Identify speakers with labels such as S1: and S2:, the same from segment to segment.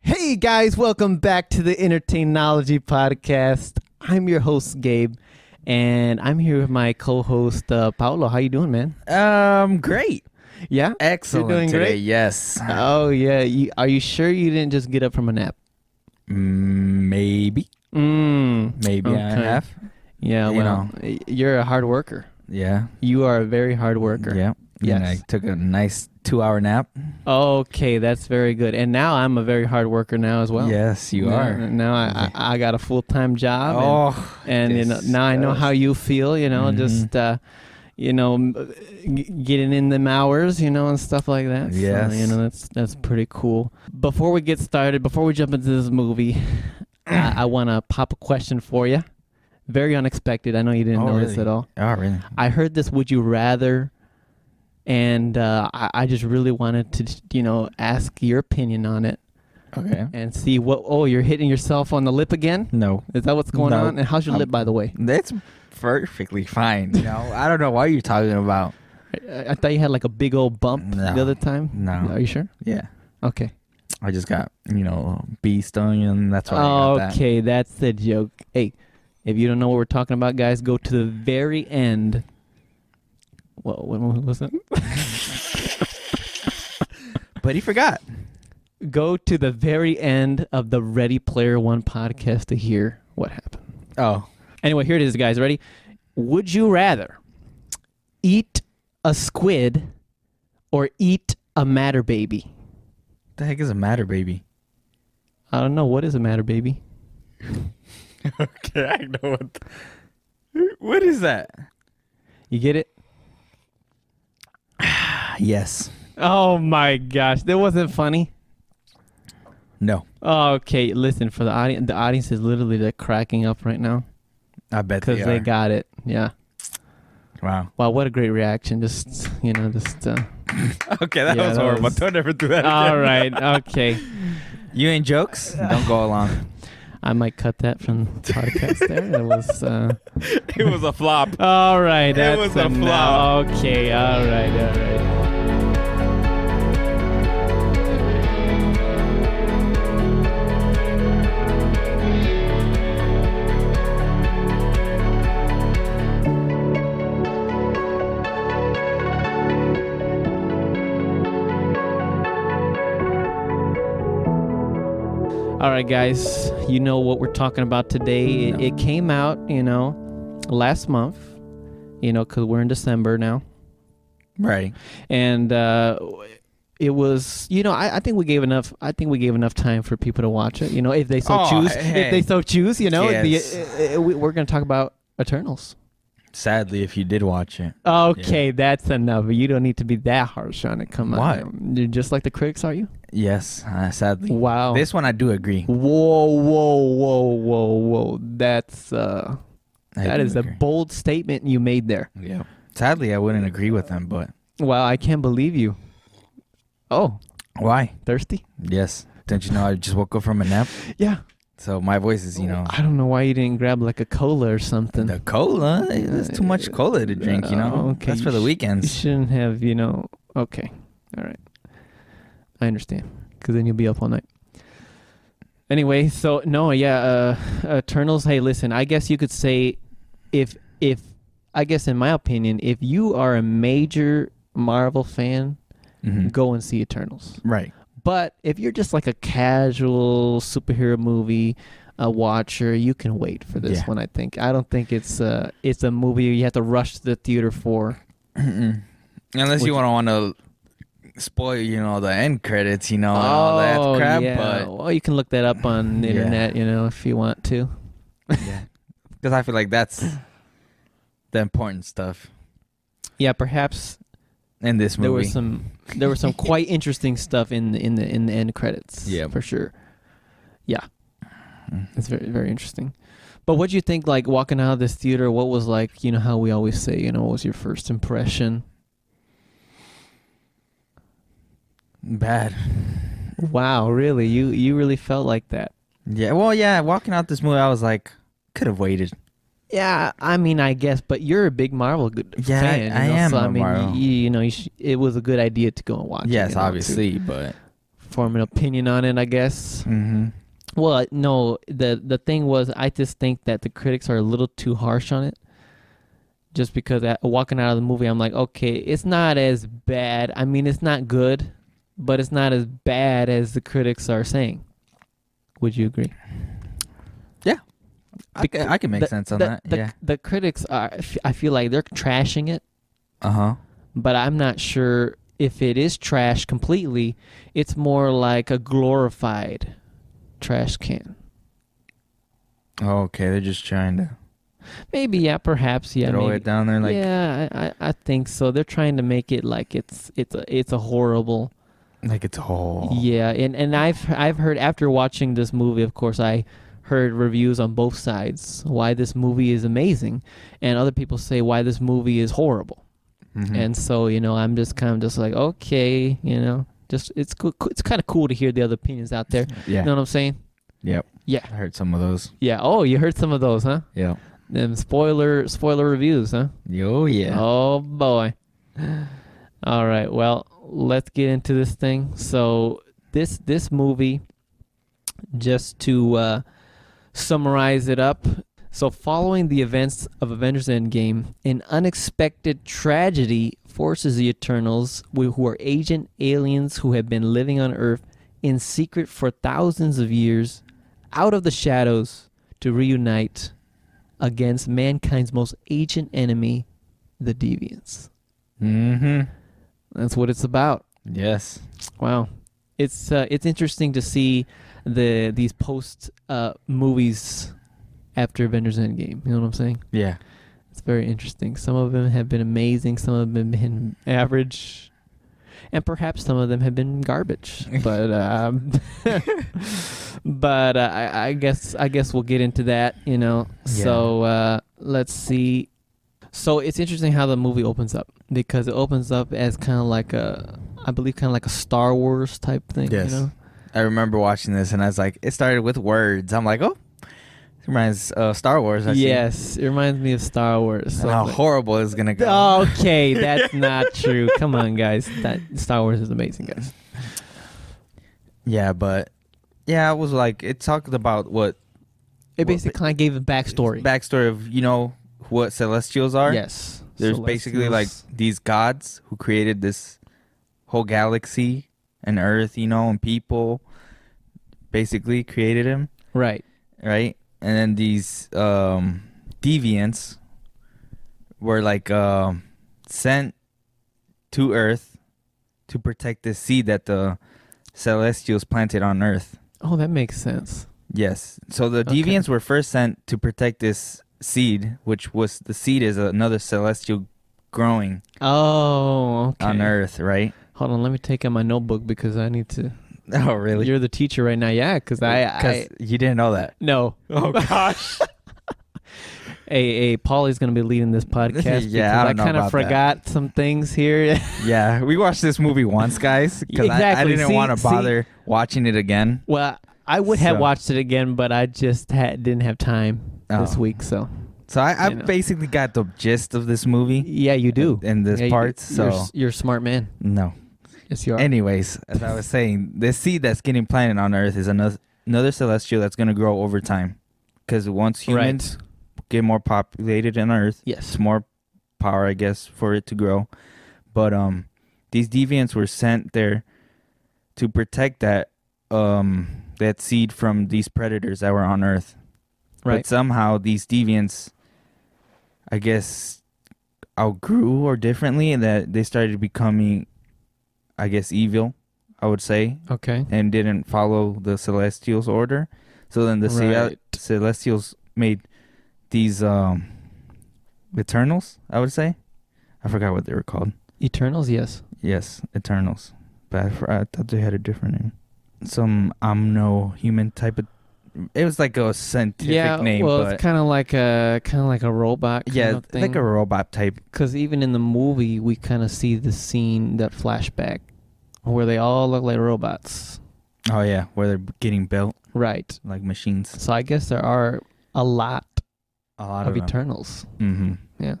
S1: Hey guys, welcome back to the Entertainology podcast. I'm your host Gabe, and I'm here with my co-host uh, Paolo. How you doing, man?
S2: Um, great,
S1: Yeah,
S2: excellent
S1: doing
S2: today.
S1: great?
S2: Yes,
S1: Oh yeah. You, are you sure you didn't just get up from a nap?
S2: Mm, maybe,
S1: Mm.
S2: maybe I
S1: Okay.
S2: have.
S1: Yeah.
S2: You
S1: well, y- you're a hard worker.
S2: Yeah,
S1: You are a very hard worker.
S2: yeah. Yeah. I
S1: Yes.
S2: took a nice two-hour nap.
S1: Okay, that's very good. And now I'm a very hard worker now as well.
S2: yes, you
S1: Now-
S2: are.
S1: Now I, I, I got a full time job. and-
S2: oh,
S1: and you know
S2: This
S1: now I know
S2: does.
S1: how you feel. You know,
S2: Mhm.
S1: just uh, you know, m- uh, g- getting in them hours, you know, and stuff like that. So,
S2: Yes.
S1: you know that's that's pretty cool. Before we get started, before we jump into this movie, I, I want to pop a question for you. Very unexpected. I know you didn't
S2: Oh,
S1: notice
S2: really?
S1: at all.
S2: oh, really?
S1: I heard this. Would you rather? And uh, I, I just really wanted to, you know, ask your opinion on it
S2: Okay.
S1: and see what. Oh, you're hitting yourself on the lip again.
S2: No,
S1: Is that what's going
S2: No.
S1: on? And how's your
S2: Um,
S1: lip, by the way?
S2: that's perfectly fine. You know, I don't know what you're talking about.
S1: I, I thought you had like a big old bump
S2: No.
S1: the other time.
S2: No.
S1: Are you sure?
S2: Yeah,
S1: Okay.
S2: I just got you know bee stung, and that's why I got that.
S1: Okay, that's the joke. Hey, if you don't know what we're talking about, guys, go to the very end. Whoa, when was listen.
S2: But he forgot.
S1: Go to the very end of the Ready Player One podcast to hear what happened.
S2: Oh,
S1: Anyway, here it is, guys. Ready? Would you rather eat a squid or eat a matter baby?
S2: the heck is a matter, baby?
S1: I don't know. What is a matter baby?
S2: okay, I know what. th- what is that?
S1: You get it?
S2: Uh, Yes.
S1: Oh my gosh, that wasn't funny.
S2: No.
S1: Okay, listen for the audience. The audience is literally like cracking up right now
S2: I bet
S1: because
S2: they,
S1: they
S2: are.
S1: got it. Yeah.
S2: Wow.
S1: Wow, what a great reaction. Just you know, just. Uh,
S2: Okay, that
S1: Yeah,
S2: was
S1: that
S2: horrible.
S1: was-
S2: Don't ever do that.
S1: all
S2: again.
S1: right. Okay.
S2: You ain't jokes. Don't go along.
S1: I might cut that from the podcast. There, that was. Uh,
S2: it was a flop.
S1: all right. That's
S2: was a
S1: enough. Okay. All right. All right. All right, guys, you know what we're talking about today. It, it came out, you know, last month, you know, because we're in December now.
S2: Right.
S1: And uh, it was, you know, I, I think we gave enough. I think we gave enough time for people to watch it. You know, if they so
S2: Oh,
S1: choose,
S2: hey.
S1: if they so choose, you know, the,
S2: Yes.
S1: uh, uh, we, we're going to talk about Eternals.
S2: Sadly, if you did watch it,
S1: Okay, that's enough. You don't need to be that harsh on it. Come
S2: Why?
S1: on, you're just like the critics, are you?
S2: yes, uh, sadly.
S1: Wow.
S2: This one I do agree.
S1: Whoa, whoa, whoa, whoa, whoa. That's uh
S2: I
S1: that
S2: do
S1: is a
S2: agree.
S1: bold statement you made there.
S2: yeah. Sadly, I wouldn't agree with them, but
S1: Wow, I can't believe you. Oh,
S2: why?
S1: thirsty?
S2: Yes. Don't you know I just woke up from a nap?
S1: Yeah.
S2: So my voice is, you know,
S1: Oh, I don't know why you didn't grab like a cola or something.
S2: the cola. There's too much cola to drink, you
S1: Oh,
S2: know?
S1: okay.
S2: That's for the
S1: You
S2: weekends.
S1: shouldn't have, you know. Okay. All right. I understand. Because then you'll be up all night. Anyway, so no, yeah, uh, Eternals. Hey, listen, I guess you could say, if if I guess in my opinion, if you are a major Marvel fan,
S2: Mhm.
S1: go and see Eternals.
S2: Right.
S1: But if you're just like a casual superhero movie uh, watcher, you can wait for this
S2: Yeah.
S1: one. I think. I don't think it's uh it's a movie you have to rush to the theater for.
S2: Mm-mm. Unless
S1: Would
S2: you
S1: you-
S2: want to want to spoil, you know, the end credits, you know, and all
S1: Oh,
S2: that Oh, crap. But
S1: well, you can look that up on the
S2: Yeah.
S1: internet, you know, if you want to.
S2: because I feel like that's the important stuff
S1: Yeah, perhaps
S2: in this movie.
S1: there was some there was some quite interesting stuff in the, in the in the end credits.
S2: Yeah.
S1: for sure. Yeah,
S2: Mm.
S1: it's very very interesting. But what do you think? Like walking out of this theater, what was like? You know how we always say, you know, what was your first impression?
S2: bad.
S1: Wow, really? You you really felt like that?
S2: Yeah. Well, yeah. Walking out this movie, I was like, could have waited.
S1: Yeah, I mean, I guess, but you're a big Marvel good
S2: Yeah,
S1: fan.
S2: I- I
S1: you know?
S2: am
S1: So,
S2: a
S1: I mean,
S2: Marvel.
S1: You, you know, you sh- it was a good idea to go and watch. it,
S2: yes,
S1: you know, to-
S2: obviously, but
S1: form an opinion on it, I guess.
S2: Mm-hmm.
S1: Well, no, the the thing was, I just think that the critics are a little too harsh on it. Just because at, walking out of the movie, I'm like, okay, it's not as bad. I mean, it's not good, but it's not as bad as the critics are saying. Would you agree?
S2: I, can, I can make
S1: The-
S2: sense on
S1: the-
S2: that.
S1: The,
S2: yeah.
S1: the critics are. I feel like they're trashing it,
S2: Uh huh.
S1: but I'm not sure if it is trash completely. It's more like a glorified trash can.
S2: Oh, okay, they're just trying to
S1: Maybe yeah, perhaps yeah.
S2: throw
S1: maybe.
S2: it down there like
S1: yeah, I, I, I think so. They're trying to make it like it's it's a, it's a horrible.
S2: like it's whole.
S1: Yeah, and and I've I've heard after watching this movie, of course, I heard reviews on both sides why this movie is amazing, and other people say why this movie is horrible.
S2: Mhm.
S1: And so you know, I'm just kind of just like okay, you know, just it's cool. It's kind of cool to hear the other opinions out there.
S2: Mm-hmm. yeah,
S1: You know what I'm saying?
S2: yep.
S1: Yeah.
S2: I heard some of those.
S1: Yeah. Oh, you heard some of those, huh?
S2: Yeah.
S1: Them spoiler spoiler reviews, huh?
S2: Oh yeah.
S1: Oh boy. All right. Well, let's get into this thing. So this this movie, just to uh, summarize it up. So following the events of Avengers Endgame, an unexpected tragedy forces the Eternals, wh- who are agent aliens who have been living on Earth in secret for thousands of years, out of the shadows to reunite against mankind's most ancient enemy, the deviants.
S2: Mm-hmm.
S1: That's what it's about.
S2: Yes.
S1: Wow, it's uh, it's interesting to see the these post uh, movies after Avengers Endgame. You know what I'm saying?
S2: Yeah.
S1: It's very interesting. Some of them have been amazing. Some of them have been average. And perhaps some of them have been garbage, but um, but uh, I, I guess I guess we'll get into that, you know. So uh, let's see. So it's interesting how the movie opens up because it opens up as kind of like a, I believe, kind of like a Star Wars type thing.
S2: Yes.
S1: You know?
S2: I remember watching this and I was like, it started with words. I'm like, oh, it reminds uh, Star Wars. I see.
S1: Yes, it reminds me of Star Wars.
S2: And
S1: So
S2: how
S1: I'm like- oh,
S2: horrible it's gonna go.
S1: Okay, that's not true. Come on, guys. That Star Wars is amazing, guys.
S2: Yeah, but yeah, I was like, it talked about what
S1: It
S2: Well,
S1: basically kind of gave a backstory.
S2: backstory of you know what Celestials are.
S1: Yes.
S2: There's
S1: Celestials.
S2: basically like these gods who created this whole galaxy and Earth, you know, and people basically created him,
S1: right.
S2: right? And then these um, deviants were like um sent to Earth to protect the seed that the Celestials planted on Earth.
S1: Oh, that makes sense.
S2: Yes. So the
S1: Okay.
S2: deviants were first sent to protect this seed, which was the seed is another celestial growing
S1: Oh, okay.
S2: on Earth, right?
S1: Hold on, let me take out my notebook because I need to.
S2: Oh, really?
S1: You're the teacher right now, yeah? Because I, I
S2: you didn't know that.
S1: no.
S2: Oh gosh.
S1: Hey, hey, Paulie's gonna be leading this podcast.
S2: Yeah, I
S1: because
S2: don't know
S1: kind of
S2: about that.
S1: forgot some things here.
S2: yeah, we watched this movie once, guys, because I, I
S1: Exactly.
S2: didn't
S1: See-
S2: want to
S1: see?
S2: bother watching it again.
S1: well, I would have
S2: So-
S1: watched it again, but I just had, didn't have time this
S2: Oh.
S1: week. So
S2: So I, I
S1: You know.
S2: basically got the gist of this movie
S1: yeah, you do.
S2: in this
S1: Yeah, you-
S2: part.
S1: you're,
S2: So
S1: s- you're a smart man.
S2: no.
S1: Yes, you are.
S2: Anyways, as I was saying, the seed that's getting planted on Earth is another another celestial that's going to grow over time, because once
S1: Right.
S2: humans get more populated on Earth,
S1: yes.
S2: it's more power, I guess, for it to grow. But um, these deviants were sent there to protect that um that seed from these predators that were on Earth.
S1: Right.
S2: But somehow these deviants, I guess, outgrew or differently, and that they started becoming, I guess, evil. I would say,
S1: Okay.
S2: and didn't follow the Celestials' order. So then the Cel-
S1: Right.
S2: Celestials made these um, Eternals. I would say, I forgot what they were called.
S1: Eternals, yes.
S2: Yes, Eternals. But I, for- I thought they had a different name. Some omno human type of. It was like a scientific
S1: yeah.
S2: name,
S1: well,
S2: but
S1: it's kind of like a kind of like a robot. Kind
S2: yeah,
S1: of thing.
S2: like a robot type.
S1: Because even in the movie, we kind of see the scene that flashback where they all look like robots.
S2: Oh yeah, where they're getting built
S1: Right.
S2: like machines. Oh,
S1: So I guess there are a lot
S2: A lot
S1: of
S2: of them.
S1: Eternals.
S2: Mm-hmm.
S1: Yeah.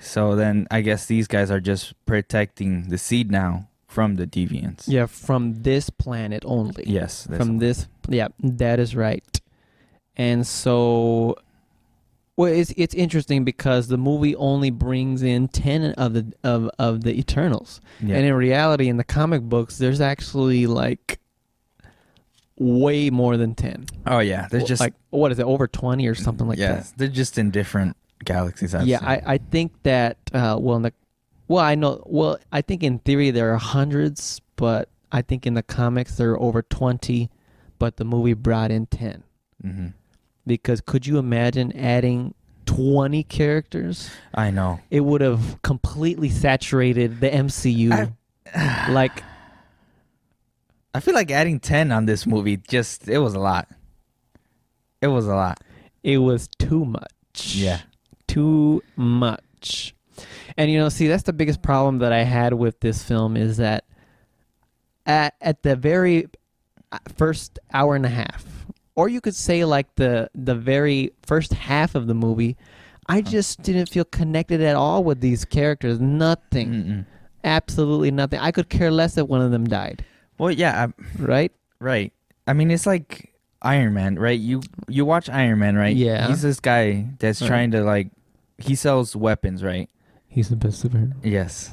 S2: So then I guess these guys are just protecting the seed now from the deviants.
S1: Yeah, from this planet only.
S2: Yes. that's-
S1: from this. Yeah, that is right. And so, well, it's it's interesting because the movie only brings in ten of the of of the Eternals,
S2: yeah.
S1: and in reality, in the comic books, there's actually like way more than ten.
S2: oh yeah, they're
S1: Well,
S2: just
S1: like what is it, over twenty or something like
S2: yes, they're just in different galaxies.
S1: that.
S2: I've
S1: Yeah,
S2: seen.
S1: I I think that uh, well, in the well, I know well, I think in theory there are hundreds, but I think in the comics there are over twenty, but the movie brought in ten.
S2: Mhm.
S1: because could you imagine adding 20 characters?
S2: I know.
S1: It would have completely saturated the MCU. like
S2: I feel like adding ten on this movie just it was a lot. It was a lot.
S1: it was too much.
S2: Yeah.
S1: Too much. And you know, see that's the biggest problem that I had with this film is that at at the very uh, first hour and a half or you could say like the the very first half of the movie I just didn't feel connected at all with these characters. Nothing.
S2: Mm-mm.
S1: absolutely nothing. I could care less if one of them died,
S2: Well, yeah, I,
S1: right?
S2: Right. I mean, it's like Iron Man, right? You you watch Iron Man, right?
S1: Yeah.
S2: He's this guy that's
S1: Right.
S2: trying to like he sells weapons, right?
S1: He's the best superhero.
S2: Yes.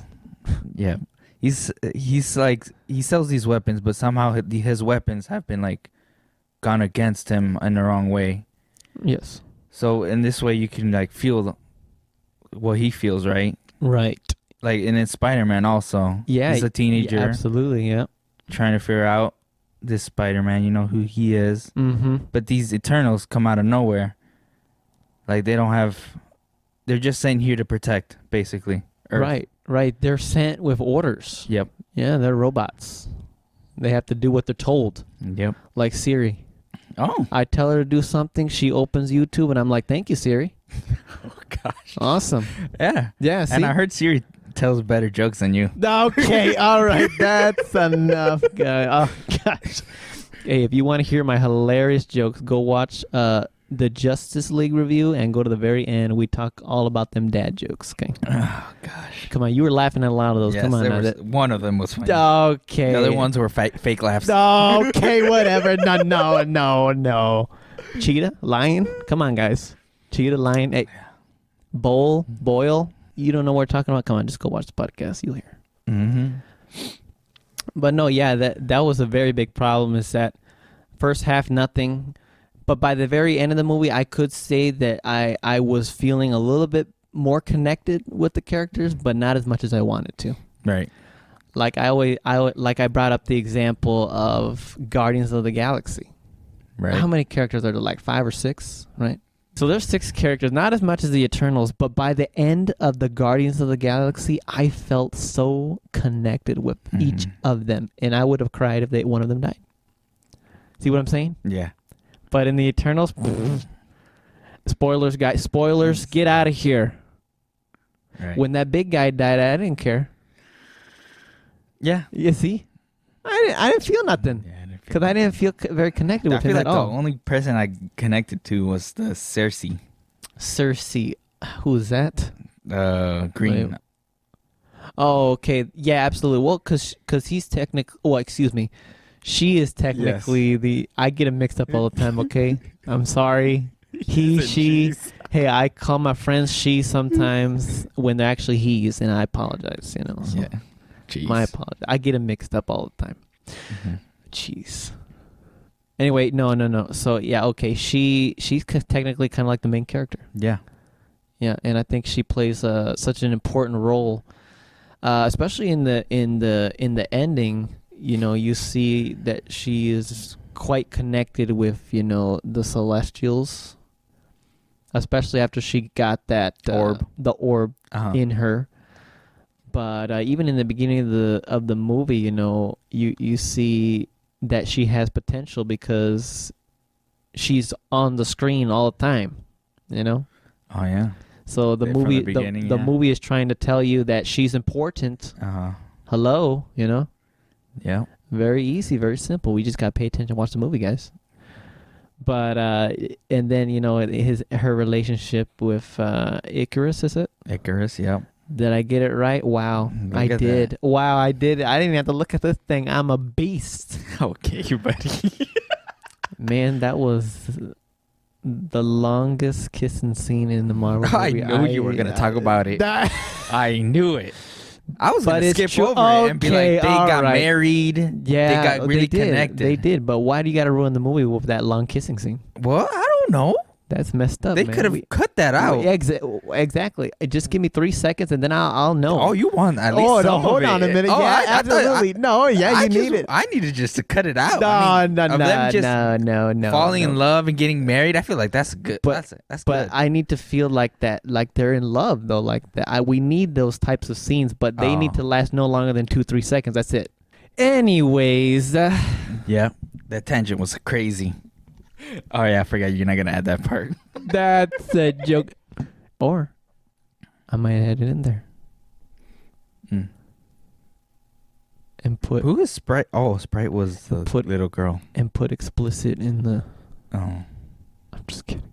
S2: yeah. He's he's like he sells these weapons, but somehow hi- his weapons have been like gone against him in the wrong way.
S1: Yes.
S2: So in this way, you can like feel what he feels, right?
S1: Right.
S2: Like and in Spider Man also.
S1: Yeah,
S2: He's a teenager
S1: Yeah, absolutely. Yeah.
S2: trying to figure out this Spider Man. You know who he is.
S1: Mm-hmm.
S2: but these Eternals come out of nowhere. Like they don't have, they're just sent here to protect, basically. Earth.
S1: Right. Right. They're sent with orders.
S2: Yep.
S1: Yeah, they're robots. They have to do what they're told,
S2: Yep.
S1: like Siri.
S2: Oh.
S1: I tell her to do something, she opens YouTube, and I'm like, "Thank you, Siri.
S2: oh gosh.
S1: Awesome.
S2: Yeah.
S1: Yeah.
S2: And
S1: see?
S2: I heard Siri tells better jokes than you.
S1: Okay, all right, that's enough, guy. Oh gosh. Hey, if you want to hear my hilarious jokes, go watch uh, the Justice League review and go to the very end. We talk all about them dad jokes. Okay,
S2: Oh gosh.
S1: come on, you were laughing at a lot of those.
S2: Yes,
S1: come on,
S2: there
S1: now.
S2: was- one of them was funny.
S1: that- okay.
S2: The other ones were fa- fake laughs.
S1: Okay, whatever. No, no, no, no. Cheetah, lion. Come on, guys. Cheetah, lion. Hey, bowl, boil. You don't know what we're talking about. Come on, just go watch the podcast. You'll hear.
S2: Mm-hmm.
S1: But no, yeah, that that was a very big problem. Is that first half nothing, but by the very end of the movie, I could say that I I was feeling a little bit more connected with the characters, but not as much as I wanted to.
S2: Right.
S1: Like I always I al- like I brought up the example of Guardians of the Galaxy.
S2: Right.
S1: How many characters are there? Like five or six, right? So there's six characters, not as much as the Eternals, but by the end of the Guardians of the Galaxy, I felt so connected with each
S2: Mhm.
S1: of them, and I would have cried if they one of them died. See what I'm saying?
S2: Yeah.
S1: But in the Eternals, spoilers, guys, spoilers, get out of here.
S2: Right.
S1: When that big guy died, I didn't care.
S2: yeah.
S1: You see, I didn't, I didn't feel nothing
S2: Yeah, I didn't feel-
S1: because I didn't feel c- very connected
S2: I
S1: with him
S2: feel like
S1: at
S2: the
S1: all.
S2: only person I connected to was the Cersei,
S1: Cersei, who's that?
S2: uh, Green.
S1: Oh, okay. Yeah, absolutely. Well, because he's technically. Oh, excuse me. She is technically the. I get them mixed up all the time. Okay, I'm sorry. He, she. Hey, I call my friends she sometimes when they're actually he's, and I apologize. You know. so
S2: Yeah. Uh-huh. Jeez.
S1: My apologies. I get them mixed up all the time.
S2: Mhm.
S1: Jeez. Anyway, no, no, no. So yeah, okay. She she's c- technically kind of like the main character.
S2: Yeah.
S1: Yeah, and I think she plays uh, such an important role, uh, especially in the in the in the ending. You know, you see that she is quite connected with you know the Celestials, especially after she got that uh,
S2: Orb.
S1: the orb
S2: Uh-huh.
S1: in her. But uh, even in the beginning of the of the movie, you know, you you see that she has potential because she's on the screen all the time. You know.
S2: oh yeah.
S1: So the
S2: From the
S1: movie, the,
S2: beginning,
S1: the
S2: yeah.
S1: movie is trying to tell you that she's important.
S2: Uh huh.
S1: Hello, you know,
S2: Yeah.
S1: very easy, very simple. We just gotta pay attention, watch the movie, guys. But uh, and then you know his her relationship with uh, Icarus is it?
S2: Icarus. Yeah.
S1: Did I get it right? Wow,
S2: Mm, Look
S1: I
S2: at that.
S1: did. Wow, I did. it. I didn't even have to look at this thing. I'm a beast,
S2: okay, you buddy.
S1: man. That was the longest kissing scene in the Marvel.
S2: I
S1: movie.
S2: knew you were gonna talk about it.
S1: That-
S2: I knew it. I was
S1: But
S2: gonna
S1: it's
S2: skip
S1: true-
S2: over it and be
S1: okay,
S2: like, they
S1: all
S2: got
S1: right.
S2: married.
S1: yeah,
S2: got really
S1: did.
S2: connected.
S1: They did, but why do you got to ruin the movie with that long kissing scene?
S2: Well, I don't know.
S1: That's messed up.
S2: they
S1: man.
S2: could
S1: We-
S2: have cut that out.
S1: Yeah, exa- exactly. Uh, Just give me three seconds, and then I'll, I'll know.
S2: Oh, you want at least
S1: oh, no,
S2: some
S1: hold
S2: of
S1: on a
S2: it.
S1: minute.
S2: Oh,
S1: yeah,
S2: I- I thought- I-
S1: absolutely. no, yeah, you
S2: I
S1: need
S2: just-
S1: it.
S2: I needed just to cut it out.
S1: No,
S2: I mean,
S1: no,
S2: of
S1: no,
S2: them just
S1: no, no, no.
S2: falling
S1: no.
S2: in love and getting married. I feel like that's good.
S1: But-
S2: that's that's
S1: But
S2: good.
S1: I need to feel like that, like they're in love though, like that. I, we need those types of scenes, but they need to
S2: Oh.
S1: last no longer than two, three seconds. That's it. Anyways, uh,
S2: yeah, that tangent was crazy. Oh yeah, I forgot you're not gonna add that part.
S1: that's a joke. Or I might add it in there
S2: Mm.
S1: and put
S2: Who is Sprite? Oh, Sprite was the
S1: Put-
S2: little girl.
S1: and put explicit in the.
S2: Oh,
S1: I'm just kidding.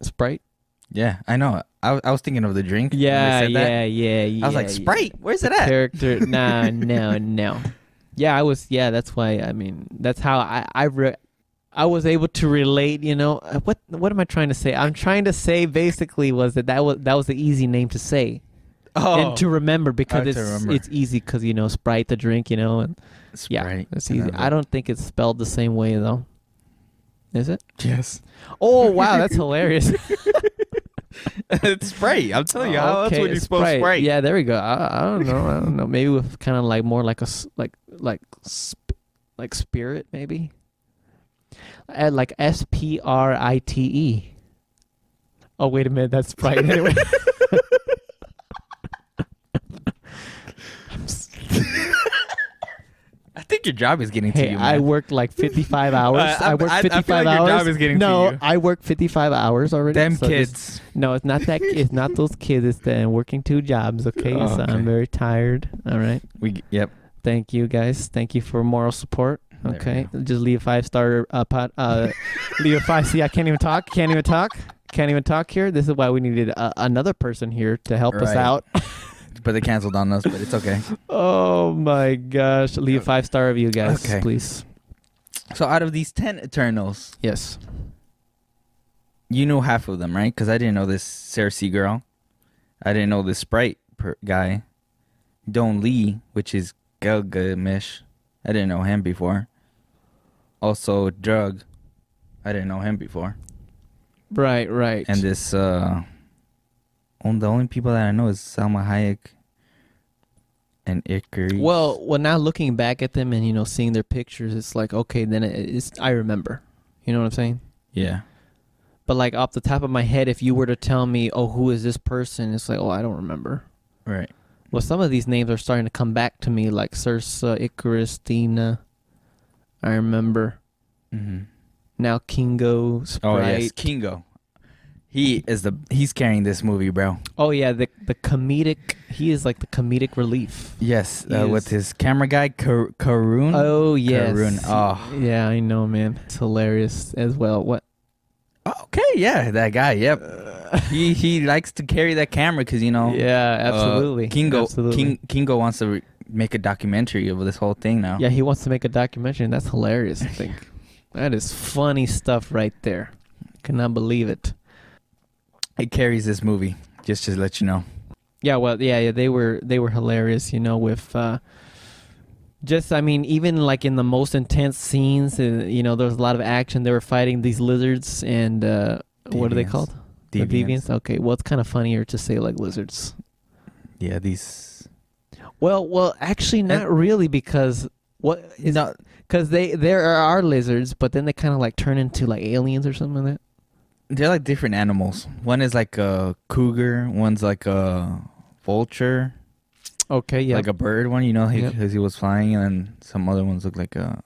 S1: Sprite.
S2: yeah, I know. I, I was thinking of the drink. when they
S1: Yeah,
S2: said that.
S1: yeah, yeah,
S2: I was like,
S1: yeah, yeah.
S2: Sprite, where's it at?
S1: character. Nah, no, no. Yeah, I was. Yeah, that's why. I mean, that's how I I re- I was able to relate. You know, Uh, what what am I trying to say? I'm trying to say basically was that that was that was the easy name to say
S2: Oh,
S1: and to remember because
S2: to
S1: it's
S2: remember.
S1: it's easy because you know Sprite the drink. You know, and yeah,
S2: Sprite.
S1: it's easy. I don't think it's spelled the same way though. Is it?
S2: Yes,
S1: Oh wow, that's hilarious.
S2: it's Sprite. I'm telling you, how else
S1: Oh, Okay,
S2: would you spell Sprite?
S1: Yeah, there we go. I, I don't know. I don't know. Maybe with kind of like more like a s- like like sp- like spirit maybe. Add like S P R I T E. Oh wait a minute, that's Sprite anyway.
S2: I think your job is getting to
S1: hey,
S2: you.
S1: I
S2: man.
S1: worked like fifty five hours.
S2: Uh, I-
S1: I worked
S2: I- I feel
S1: fifty five
S2: like
S1: hours.
S2: your job is getting to
S1: no,
S2: you.
S1: I worked fifty five hours already.
S2: Them
S1: so this-
S2: kids.
S1: No, it's not that. It's not those kids. It's them working two jobs. Okay,
S2: Oh,
S1: so
S2: okay.
S1: I'm very tired. All right.
S2: We yep.
S1: Thank you guys. Thank you for moral support.
S2: There we
S1: Okay, just leave a five star uh, pot. Uh, leave a five. See, I can't even talk. Can't even talk. Can't even talk here. This is why we needed uh, another person here to help us
S2: Right.
S1: out.
S2: But they canceled on us, but it's okay.
S1: Oh my gosh! Leave a five star review, guys,
S2: Okay.
S1: please.
S2: So out of these 10 Eternals,
S1: Yes.
S2: you know half of them, right? Cuz I didn't know this Cersei girl. I didn't know this Sprite per- guy. Don Lee, which is Gilgamesh. I didn't know him before. Also Drug. I didn't know him before.
S1: Right. Right.
S2: And this uh on the only people that I know is Salma Hayek and Icarus.
S1: well, well, now looking back at them and you know seeing their pictures, it's like okay, then it, it's I remember. You know what I'm saying?
S2: yeah.
S1: But like off the top of my head, if you were to tell me, oh, who is this person? It's like, oh, I don't remember.
S2: Right.
S1: Well, some of these names are starting to come back to me, like Sursa, Icarus, Dina. I remember
S2: Mhm.
S1: now Kingo,
S2: Oh
S1: Sprite.
S2: yes, Kingo. He is the he's carrying this movie, bro.
S1: Oh, yeah, the the comedic. He is like the comedic relief.
S2: Yes,
S1: He
S2: uh,
S1: is-
S2: with his camera guy Kar- Karun.
S1: Oh yes.
S2: Hmm? Karun. Oh.
S1: Yeah, I know, man. It's hilarious as well. What?
S2: okay, yeah, that guy. Yep, he he likes to carry that camera because you know.
S1: Yeah,
S2: uh,
S1: absolutely.
S2: Kingo
S1: Absolutely.
S2: King, Kingo wants to re- make a documentary of this whole thing now.
S1: Yeah, he wants to make a documentary, and that's hilarious. I think that is funny stuff right there. Cannot believe it.
S2: it carries this movie. Just to let you know.
S1: Yeah, well, yeah, yeah, they were they were hilarious, you know, with uh just I mean, even like in the most intense scenes, uh, you know, there was a lot of action. They were fighting these lizards and uh what are they
S2: Deviants.
S1: called? The deviants. Okay, well, it's kind of funnier to say like lizards.
S2: Yeah, these.
S1: Well, well, actually, not really because what is
S2: No,
S1: because they there are lizards, but then they kind of like turn into like aliens or something like that.
S2: they're like different animals. One is like a cougar. One's like a vulture.
S1: Okay, yeah,
S2: like a bird one, you know,
S1: Yep.
S2: because he was flying, and then some other ones looked like a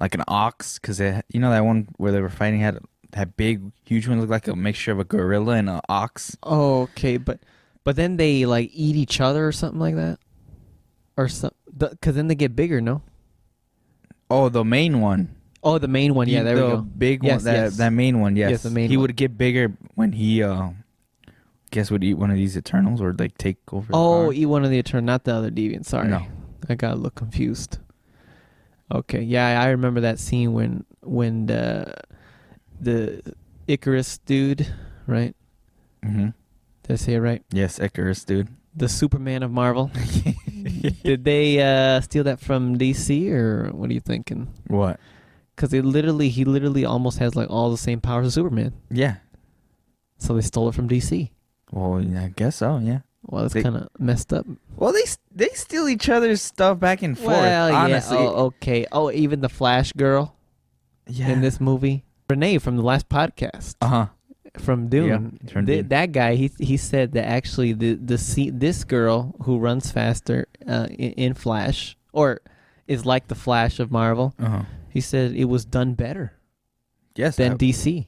S2: like an ox, because you know that one where they were fighting had that big, huge one looked like a mixture of a gorilla and an ox.
S1: Oh, okay, but but then they like eat each other or something like that, or some because then they get bigger. No,
S2: Oh, the main one.
S1: oh the main one. Yeah,
S2: He-
S1: there
S2: the
S1: we go.
S2: big
S1: Yes,
S2: one. That
S1: yes.
S2: that main one. Yes,
S1: Yes, the main
S2: he
S1: one.
S2: would get bigger when he uh, guess would eat one of these Eternals or like take over. the
S1: Oh,
S2: car.
S1: eat one of the Eternal, not the other Deviant. Sorry.
S2: No.
S1: I got a little confused. Okay, yeah, I remember that scene when when the the Icarus dude, right?
S2: Mhm.
S1: Did I say it right?
S2: Yes, Icarus, dude.
S1: The Superman of Marvel. Did they uh, steal that from DC or what are you thinking?
S2: What?
S1: Because it literally, he literally almost has like all the same powers as Superman.
S2: Yeah.
S1: So they stole it from DC.
S2: Well, yeah, I guess so. Yeah.
S1: Well, that's
S2: They-
S1: kind of messed up.
S2: Well, they s- they steal each other's stuff back and forth.
S1: well,
S2: honestly.
S1: yeah. Oh, okay. Oh, even the Flash girl
S2: yeah.
S1: in this movie, Renee from the last podcast.
S2: Uh huh.
S1: from
S2: Yeah,
S1: Dune.
S2: it's from
S1: Th-
S2: Dune.
S1: That guy, he he said that actually the the se- this girl who runs faster uh, in, in Flash or is like the Flash of Marvel.
S2: Uh huh.
S1: He said it was done better
S2: Yes.
S1: than
S2: I-
S1: DC.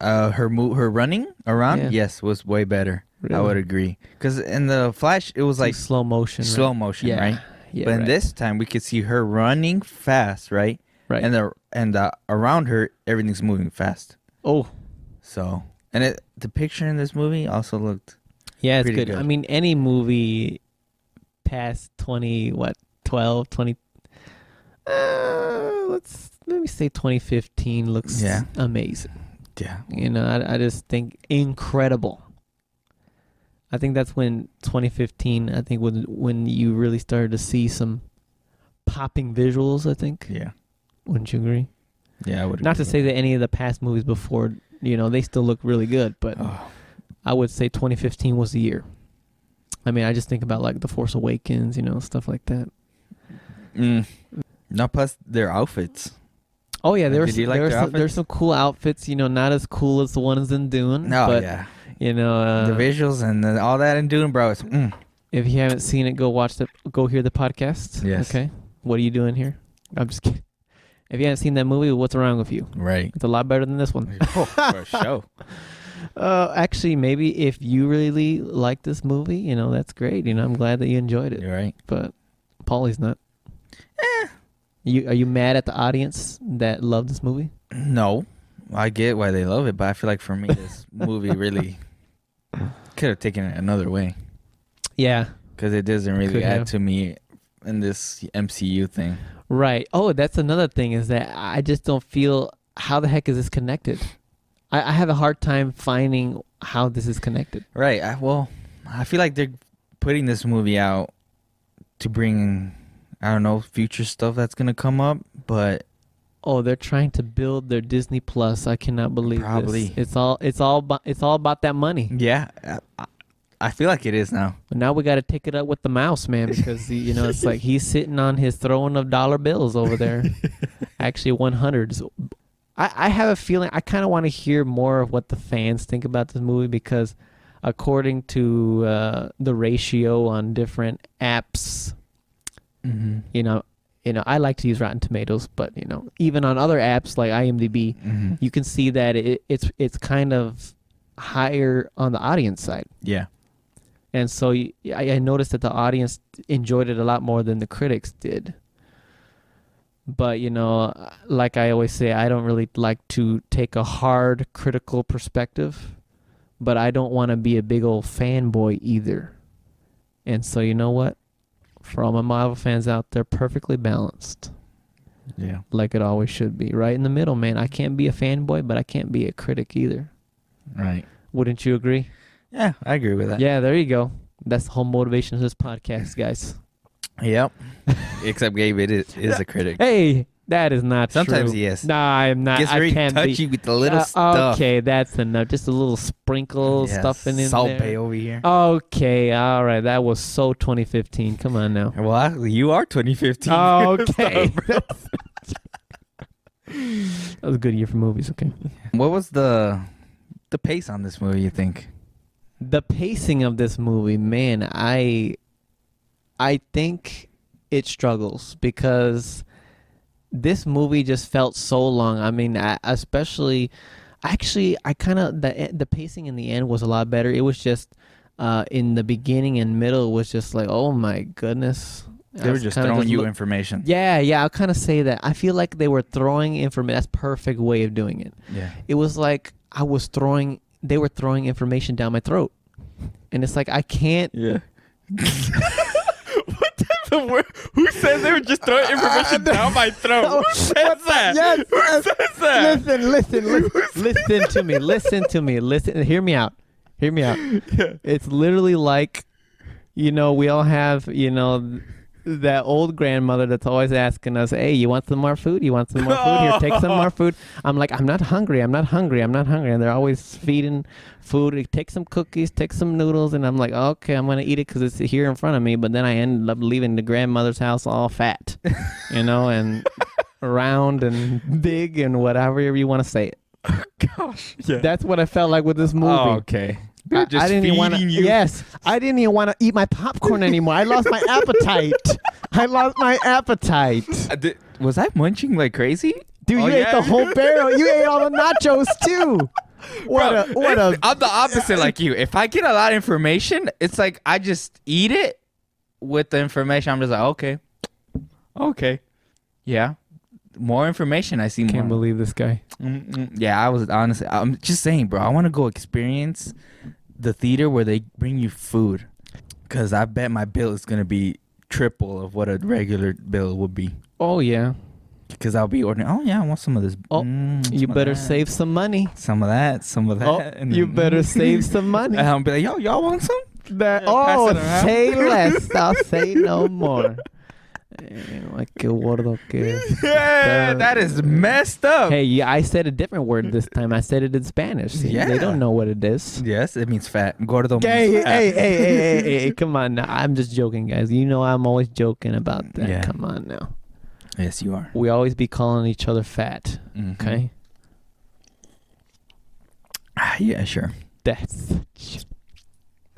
S2: uh, her mo- her running around.
S1: Yeah.
S2: Yes, was way better. I would agree. Because in the Flash, it was like
S1: slow motion.
S2: slow
S1: right?
S2: motion,
S1: Yeah.
S2: right?
S1: Yeah,
S2: but in
S1: right.
S2: this time, we could see her running fast, right?
S1: right?
S2: And the and the, around her, everything's moving fast.
S1: oh
S2: So and it, the picture in this movie also looked
S1: yeah, it's
S2: pretty
S1: good.
S2: good.
S1: I mean, any movie past twenty what 12, 20 uh, let's let me say twenty fifteen looks
S2: Yeah.
S1: amazing.
S2: yeah
S1: You know, I, I just think incredible. I think that's when 2015. I think when when you really started to see some popping visuals. I think
S2: yeah
S1: wouldn't you agree?
S2: yeah. I would
S1: Not to
S2: agree
S1: say
S2: with
S1: that any of the past movies before, you know, they still look really good, but
S2: Oh,
S1: I would say 2015 was the year. I mean, I just think about like The Force Awakens, you know, stuff like that.
S2: mm. No, plus their outfits.
S1: Oh yeah, there were
S2: Did you
S1: some-
S2: like
S1: there were
S2: their
S1: some, there's
S2: outfits?
S1: some cool outfits. You know, not as cool as the ones in Dune.
S2: No,
S1: Mm-hmm. but,
S2: Oh, yeah,
S1: You know, uh,
S2: the visuals and then all that and doing, bro. It's, mm.
S1: If you haven't seen it, go watch the go hear the podcast.
S2: Yes.
S1: Okay. What are you doing here? I'm just kidding. If you haven't seen that movie, what's wrong with you?
S2: Right.
S1: It's a lot better than this one.
S2: oh, for sure.
S1: Uh, actually, maybe if you really like this movie, you know that's great. You know, I'm glad that you enjoyed it.
S2: You're right.
S1: But Paulie's not. You are you mad at the audience that loved this movie?
S2: No, I get why they love it, but I feel like for me, this movie really could have taken it another way
S1: Yeah.
S2: because it doesn't really
S1: Could
S2: add
S1: have.
S2: to me in this MCU thing.
S1: Right. Oh, that's another thing is that I just don't feel how the heck is this connected? I, I have a hard time finding how this is connected.
S2: Right. I, well, I feel like they're putting this movie out to bring, I don't know, future stuff that's gonna come up, but
S1: Oh, they're trying to build their Disney Plus. I cannot believe this.
S2: Probably.
S1: It's all it's all bu- it's all about that money.
S2: yeah, I- I, I feel like it is now.
S1: But now we got to take it up with the mouse man because he- you know it's like he's sitting on his throne of dollar bills over there. Actually, one hundreds. I I have a feeling I kind of want to hear more of what the fans think about this movie because according to uh, the ratio on different apps,
S2: Mm-hmm.
S1: you know. You know, I like to use Rotten Tomatoes, but you know, even on other apps like IMDb,
S2: Mm-hmm.
S1: you can see that it, it's it's kind of higher on the audience side,
S2: Yeah.
S1: and so y- I, I noticed that the audience enjoyed it a lot more than the critics did. But you know, like I always say, I don't really like to take a hard critical perspective, but I don't want to be a big old fanboy either. And so you know what? For all my Marvel fans out there, perfectly balanced
S2: Yeah.
S1: like it always should be, right in the middle, man. I can't be a fanboy, but I can't be a critic either.
S2: Right.
S1: Wouldn't you agree?
S2: Yeah, I agree with that.
S1: Yeah, there you go. That's the whole motivation of this podcast, guys.
S2: Yep. Except Gabe it is, is a critic.
S1: Hey, that is not
S2: Sometimes
S1: true.
S2: he is.
S1: Nah, I'm not.
S2: Gets
S1: I
S2: very
S1: can't
S2: touchy
S1: be.
S2: with the little
S1: Uh,
S2: stuff.
S1: Okay, that's enough. Just a little sprinkle
S2: Yeah,
S1: stuff in, in
S2: Salt
S1: there. Oh.
S2: Bay over here.
S1: Okay, all right. That was so 2015. Come on now.
S2: Well, I- you are 2015.
S1: Oh. Okay. that was a good year for movies. Okay.
S2: what was the the pace on this movie? You think?
S1: the pacing of this movie man i i think it struggles because this movie just felt so long i mean I, especially actually i kind of the the pacing in the end was a lot better it was just uh in the beginning and middle was just like oh my goodness I
S2: They were
S1: was
S2: just
S1: kinda
S2: throwing you
S1: look-
S2: information.
S1: yeah yeah i'll kind of say that i feel like they were throwing information that's perfect way of doing it
S2: Yeah.
S1: it was like I was throwing they were throwing information down my throat. and it's like I can't.
S2: Yeah. what type of word? Who says they were just throwing information down my throat? Who says that?
S3: Yes,
S2: Who
S3: yes.
S2: says that?
S3: Listen, listen, listen.
S1: listen to me. Listen to me. Listen. Hear me out. Hear me out.
S2: Yeah.
S1: It's literally like, you know, we all have, you know, th- that old grandmother that's always asking us, "Hey, you want some more food? You want some more food? Here, take some more food." I'm like, "I'm not hungry. I'm not hungry. I'm not hungry." And they're always feeding food. Like, Take some cookies. Take some noodles. And I'm like, "Okay, I'm gonna eat it because it's here in front of me." But then I ended up leaving the grandmother's house all fat, you know, and round and big and whatever you want to say it.
S2: Gosh. Yeah.
S1: That's what I felt like with this movie.
S2: Oh, okay. They're
S1: I-
S2: just
S1: I didn't
S2: feeding
S1: even wanna,
S2: you.
S1: Yes, I didn't even want to eat my popcorn anymore. I lost my appetite. I lost my appetite,
S2: I Uh, did- was I munching like crazy?
S1: dude.
S2: Oh,
S1: you ate
S2: yeah.
S1: the whole barrel. You ate all the nachos too. What
S2: Bro,
S1: a what
S2: it's-
S1: a
S2: I'm the opposite like you. If I get a lot of information, it's like I just eat it with the information. I'm just like, okay, okay, yeah. More information, I see more.
S1: believe this guy.
S2: Mm, mm. yeah, I was honestly. I'm just saying, bro. I want to go experience the theater where they bring you food, cause I bet my bill is gonna be triple of what a regular bill would be.
S1: Oh yeah,
S2: Cause I'll be ordering. Oh yeah, I want some of this.
S1: Oh,
S2: Mm,
S1: you
S2: some of
S1: better
S2: that,
S1: save some money.
S2: some of that, some of that.
S1: Oh,
S2: and
S1: you
S2: then-
S1: better save some money.
S2: And I'll be like, yo, y'all want some?
S1: That
S2: Yeah, pass
S1: oh,
S2: it around.
S1: say less. I'll say no more. Eh, like, qué gordo que es.
S2: yeah, that is messed up.
S1: Hey, yeah, I said a different word this time. I said it in Spanish. See,
S2: Yeah.
S1: They don't know what it is.
S2: Yes, it means fat. Gordo. means
S1: Hey,
S2: fat.
S1: hey, hey, hey, hey, hey, hey, come on now. I'm just joking, guys. You know I'm always joking about that.
S2: Yeah.
S1: Come on now.
S2: Yes, you are.
S1: We always be calling each other fat,
S2: Mhm.
S1: okay?
S2: Ah, yeah, sure.
S1: That's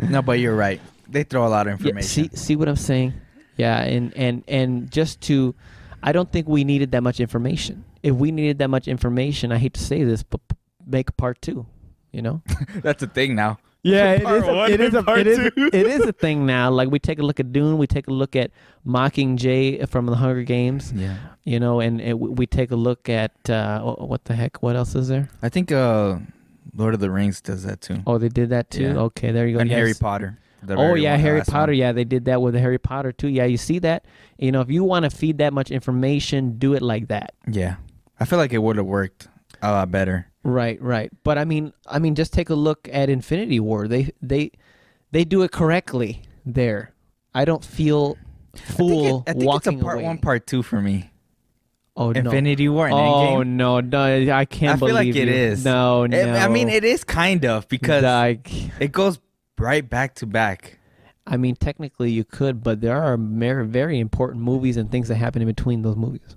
S2: No, but you're right. They throw a lot of
S1: yeah,
S2: information.
S1: see see what I'm saying? Yeah, and and and just to I don't think we needed that much information. If we needed that much information, I hate to say this, but p- make part 2, you know?
S2: That's a thing now.
S1: Yeah, it
S2: Part
S1: is. A,
S2: one
S1: it is.
S2: and
S1: A,
S2: part
S1: it is.
S2: two.
S1: It is a thing now. Like we take a look at Dune, we take a look at Mockingjay from the Hunger Games,
S2: Yeah.
S1: you know, and it, we take a look at uh, wh- what the heck? What else is there?
S2: I think uh Lord of the Rings does that too.
S1: Oh, they did that too.
S2: Yeah.
S1: Okay, there you go.
S2: and
S1: yes.
S2: Harry Potter. the
S1: Oh
S2: very
S1: yeah,
S2: one- the
S1: Harry
S2: last
S1: Potter.
S2: one.
S1: Yeah, they did that with Harry Potter too. Yeah, you see that? You know, if you want to feed that much information, do it like that.
S2: Yeah. I feel like it would have worked a lot better.
S1: Right, right. But I mean, I mean, just take a look at Infinity War. They they they do it correctly there. I don't feel fool
S2: I think, it, I think
S1: walking
S2: it's a part
S1: away.
S2: one, part two for me.
S1: oh no.
S2: Infinity War and
S1: oh
S2: Endgame.
S1: no, no, I can't
S2: I feel like
S1: believe
S2: it
S1: you.
S2: is.
S1: No, no.
S2: It- I mean, it is kind of because
S1: like
S2: it goes right back to back.
S1: I mean, technically you could, but there are very, very important movies and things that happen in between those movies.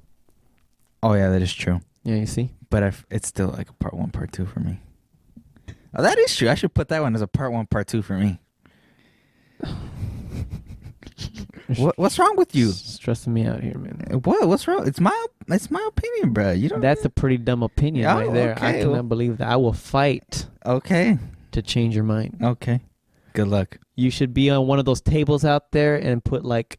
S2: Oh yeah, that is true.
S1: Yeah, you see.
S2: But I f it's still like a part one, part two for me. Oh, that is true. I should put that one as a part one, part two for me. what, what's wrong with you?
S1: stressing me out here, man.
S2: What? What's wrong? It's my it's my opinion, bro. You don't.
S1: That's a pretty dumb opinion
S2: Oh,
S1: right there. I
S2: okay,
S1: cannot
S2: well-
S1: believe that. I will fight
S2: okay.
S1: to change your mind.
S2: Okay. Good luck.
S1: You should be on one of those tables out there and put like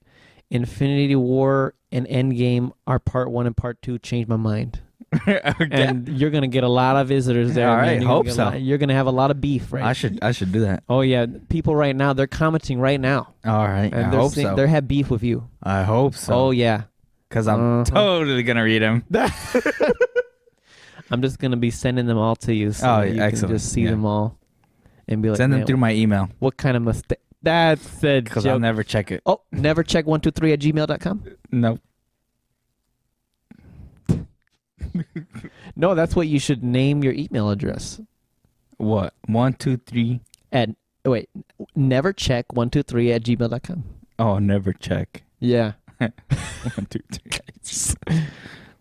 S1: Infinity War and Endgame are part one and part two. Change my mind.
S2: okay.
S1: And you're gonna get a lot of visitors there.
S2: All
S1: man.
S2: right,
S1: You're gonna
S2: hope
S1: get a
S2: so.
S1: lot- you're gonna have a lot of beef, right?
S2: I should I should do that.
S1: oh yeah, people right now they're commenting right now,
S2: All right.
S1: and
S2: I
S1: they're
S2: hope
S1: saying-
S2: so.
S1: they have beef with you.
S2: I hope
S1: Oh
S2: so.
S1: yeah,
S2: Because I'm
S1: Uh-huh.
S2: totally gonna read them.
S1: I'm just gonna be sending them all to you, so
S2: Oh,
S1: you
S2: excellent.
S1: can just see
S2: Yeah.
S1: them all and be like,
S2: Send them
S1: "Man,
S2: through my email
S1: what kind of mistake? That's a
S2: because
S1: joke.
S2: I'll never check it.
S1: oh, never check one two three at gmail.com.
S2: Nope.
S1: No, that's what you should name your email address.
S2: What? One, two, three.
S1: At oh, wait, never check one two three at gmail.com.
S2: Oh, never check.
S1: Yeah.
S2: One, two, three.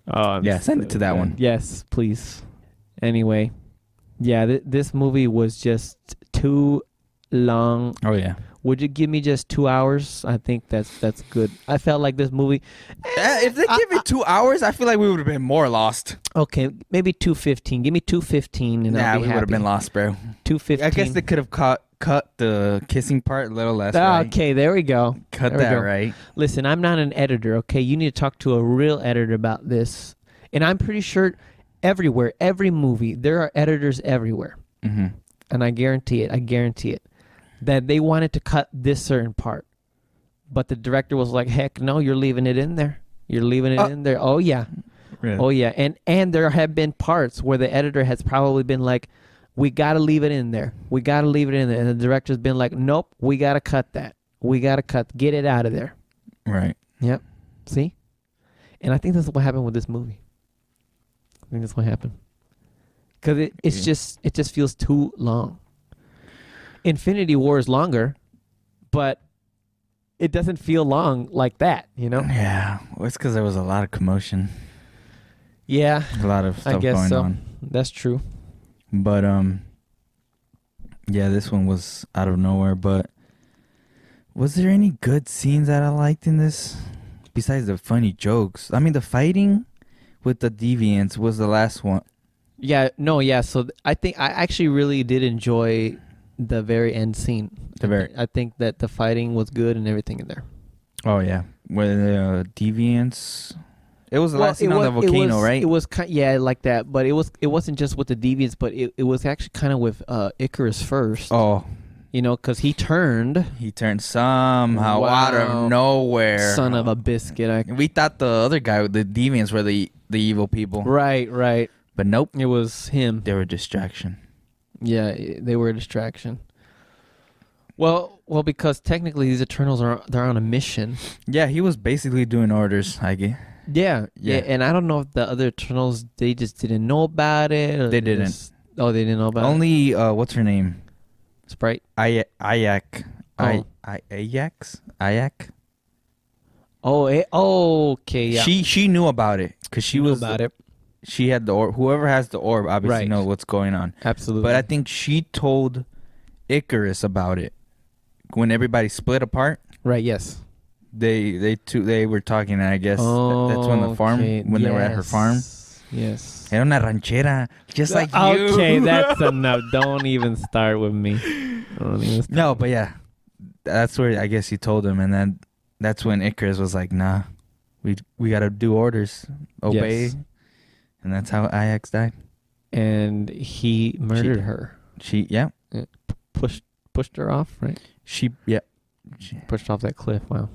S1: Uh,
S2: Yeah, send it to that one.
S1: Yes, please. Anyway, yeah, th- this movie was just too long.
S2: Oh yeah.
S1: Would you give me just two hours? I think that's that's good. I felt like this movie.
S2: Eh, if they give it two hours, I feel like we would have been more lost.
S1: Okay, maybe two fifteen. Give me two fifteen, and
S2: Yeah,
S1: I'll
S2: we
S1: be
S2: would have been
S1: happy.
S2: lost, bro.
S1: Two fifteen.
S2: I guess they could have cut cut the kissing part a little less.
S1: Ah,
S2: right?
S1: Okay, there we go.
S2: Cut
S1: there we
S2: that
S1: go.
S2: right.
S1: Listen, I'm not an editor, okay? You need to talk to a real editor about this. And I'm pretty sure everywhere, every movie, there are editors everywhere.
S2: Mm-hmm.
S1: And I guarantee it. I guarantee it. that they wanted to cut this certain part, but the director was like, "Heck, no! You're leaving it in there. You're leaving it
S2: Uh,
S1: in there. Oh yeah,
S2: Yeah.
S1: oh yeah." And and there have been parts where the editor has probably been like, "We gotta leave it in there. We gotta leave it in there," and the director's been like, "Nope, we gotta cut that. We gotta cut. Get it out of there."
S2: Right.
S1: See? And I think that's what happened with this movie. I think that's what happened. Cause it, it's
S2: Yeah.
S1: just it just feels too long. Infinity War is longer, but it doesn't feel long like that, you know?
S2: Yeah. Well, it's because there was a lot of commotion,
S1: Yeah,
S2: a lot of stuff
S1: I guess
S2: going
S1: so.
S2: on.
S1: That's true.
S2: But um, yeah, this one was out of nowhere. But was there any good scenes that I liked in this? Besides the funny jokes, I mean, the fighting with the deviants was the last one.
S1: Yeah, no, yeah. So th- I think I actually really did enjoy the very end scene.
S2: The very-
S1: I think that the fighting was good and everything in there.
S2: Oh yeah, with uh, deviants. It was the
S1: Well,
S2: last scene
S1: it
S2: on the
S1: was- it
S2: volcano,
S1: was-
S2: right?
S1: It was kind, yeah, like that. But it was it wasn't just with the deviants, but it, it was actually kind of with uh, Icarus first.
S2: oh,
S1: You know, because he turned
S2: he turned somehow out
S1: Wow.
S2: of nowhere.
S1: son of a biscuit. I,
S2: We thought the other guy, the deviants, were the the evil people,
S1: right, right.
S2: but nope,
S1: It was him.
S2: they were a distraction.
S1: Yeah, i- they were a distraction. Well, well, because technically these Eternals are they're on a mission.
S2: Yeah, he was basically doing orders. I guess.
S1: Yeah,
S2: Yeah.
S1: And I don't know if the other Eternals they just didn't know about it. or
S2: They didn't.
S1: just- oh, they didn't know about it.
S2: Only uh, what's her name?
S1: Sprite.
S2: I Ayak. I
S1: Oh.
S2: I Ajax. Ayak.
S1: Oh, eh, oh, okay. Yeah,
S2: She she knew about it because she
S1: knew
S2: was
S1: about it.
S2: she had the orb. Whoever has the orb obviously
S1: Right.
S2: knows what's going on.
S1: Absolutely.
S2: But I think she told Icarus about it when everybody split apart.
S1: right. Yes.
S2: They they two they were talking. And I guess that- that's when the farm
S1: Okay,
S2: when they were at her farm.
S1: yes, Yes.
S2: Era una ranchera, just like you.
S1: Okay, that's enough. Don't even start with me. Don't even start.
S2: No, but yeah, that's where I guess he told him, and then that's when Icarus was like, "Nah, we we gotta do orders, obey,"
S1: Yes.
S2: and that's how Ajax died.
S1: And he murdered her.
S2: She, yeah,
S1: Pushed pushed her off, right?
S2: she, yeah, she,
S1: Pushed off that cliff. Wow.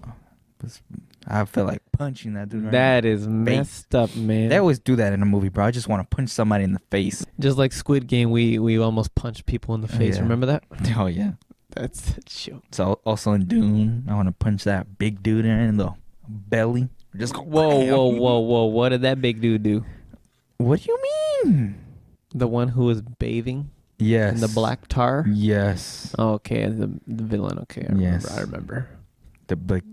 S2: I feel like punching that dude. right
S1: That is messed up,
S2: now.
S1: man.
S2: they always do that in a movie, bro. I just want to punch somebody in the face.
S1: Just like Squid Game, we we almost punched people in the
S2: Oh,
S1: face.
S2: yeah.
S1: Remember that?
S2: Oh yeah,
S1: That's that joke.
S2: it's al- also in Dune. I want to punch that big dude in the belly. Just go,
S1: Whoa, whoa, whoa, whoa! What did that big dude do?
S2: What do you mean?
S1: The one who was bathing
S2: Yes,
S1: in the black Oh. tar.
S2: Yes,
S1: Okay, the the villain. Okay, I
S2: Yes.
S1: remember. I remember.
S2: the big,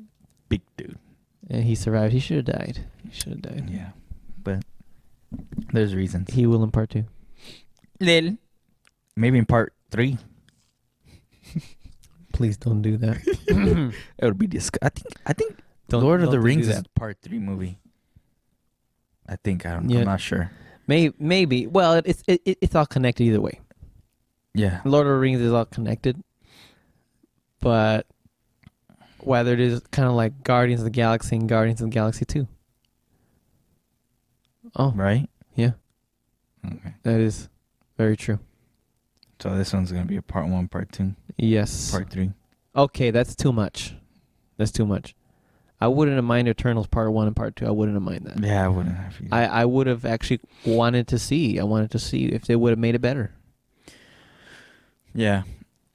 S2: big dude.
S1: And he survived. He should have died. He should have died.
S2: Yeah, but there's reasons.
S1: He will in part two.
S2: Lil. Maybe in part three,
S1: Please don't do that.
S2: it would be discussed. I think I think
S1: Don't-
S2: Lord of
S1: don't
S2: the
S1: do
S2: Rings is
S1: that.
S2: a part three movie. I think I don't.
S1: Yeah.
S2: I'm not sure.
S1: Maybe, maybe. Well, it- it's it, it, it's all connected either way.
S2: Yeah,
S1: Lord of the Rings is all connected, but whether it is kind of like Guardians of the Galaxy and Guardians of the Galaxy Two. Oh,
S2: right.
S1: Yeah.
S2: Okay.
S1: that is very true.
S2: So this one's gonna be a part one, part two,
S1: Yes.
S2: part three.
S1: Okay, that's too much. That's too much. I wouldn't have mind Eternals Part One and Part Two. I wouldn't have mind that.
S2: Yeah, I wouldn't have. either.
S1: I, I would have actually wanted to see. I wanted to see if they would have made it better.
S2: yeah.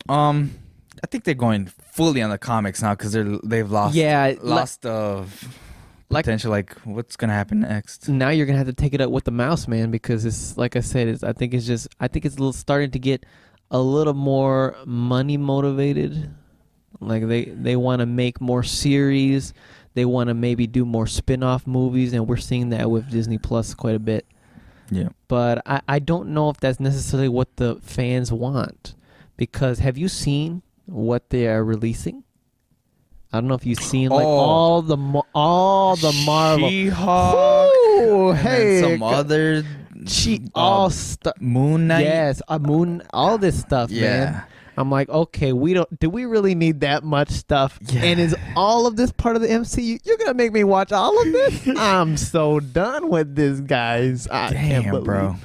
S2: Um, I think they're going fully on the comics now because they're they've lost.
S1: yeah, li-
S2: Lost of
S1: Like- Mm.
S2: potential. Like what's gonna happen next?
S1: now you're gonna have to take it up with the mouse man because it's like I said. It's I think it's just I think it's a little starting to get a little more money motivated. Like they they want to make more series. They want to maybe do more spin-off movies, and we're seeing that with Disney Plus quite a bit.
S2: Yeah.
S1: but I, I don't know if that's necessarily what the fans want because have you seen what they are releasing? I don't know if you've seen like
S2: Oh.
S1: all the mo- all the Marvel,
S2: She-Hulk.
S1: Woo,
S2: and then
S1: heck.
S2: some other
S1: she
S2: uh,
S1: all stuff.
S2: Moon Knight.
S1: Yes, a moon, all this stuff, man.
S2: Yeah.
S1: I'm like, okay, we don't. Do we really need that much stuff?
S2: Yeah.
S1: And is all of this part of the MCU? You're gonna make me watch all of this? I'm so done with this, guys. I can't
S2: Damn,
S1: believe-
S2: bro.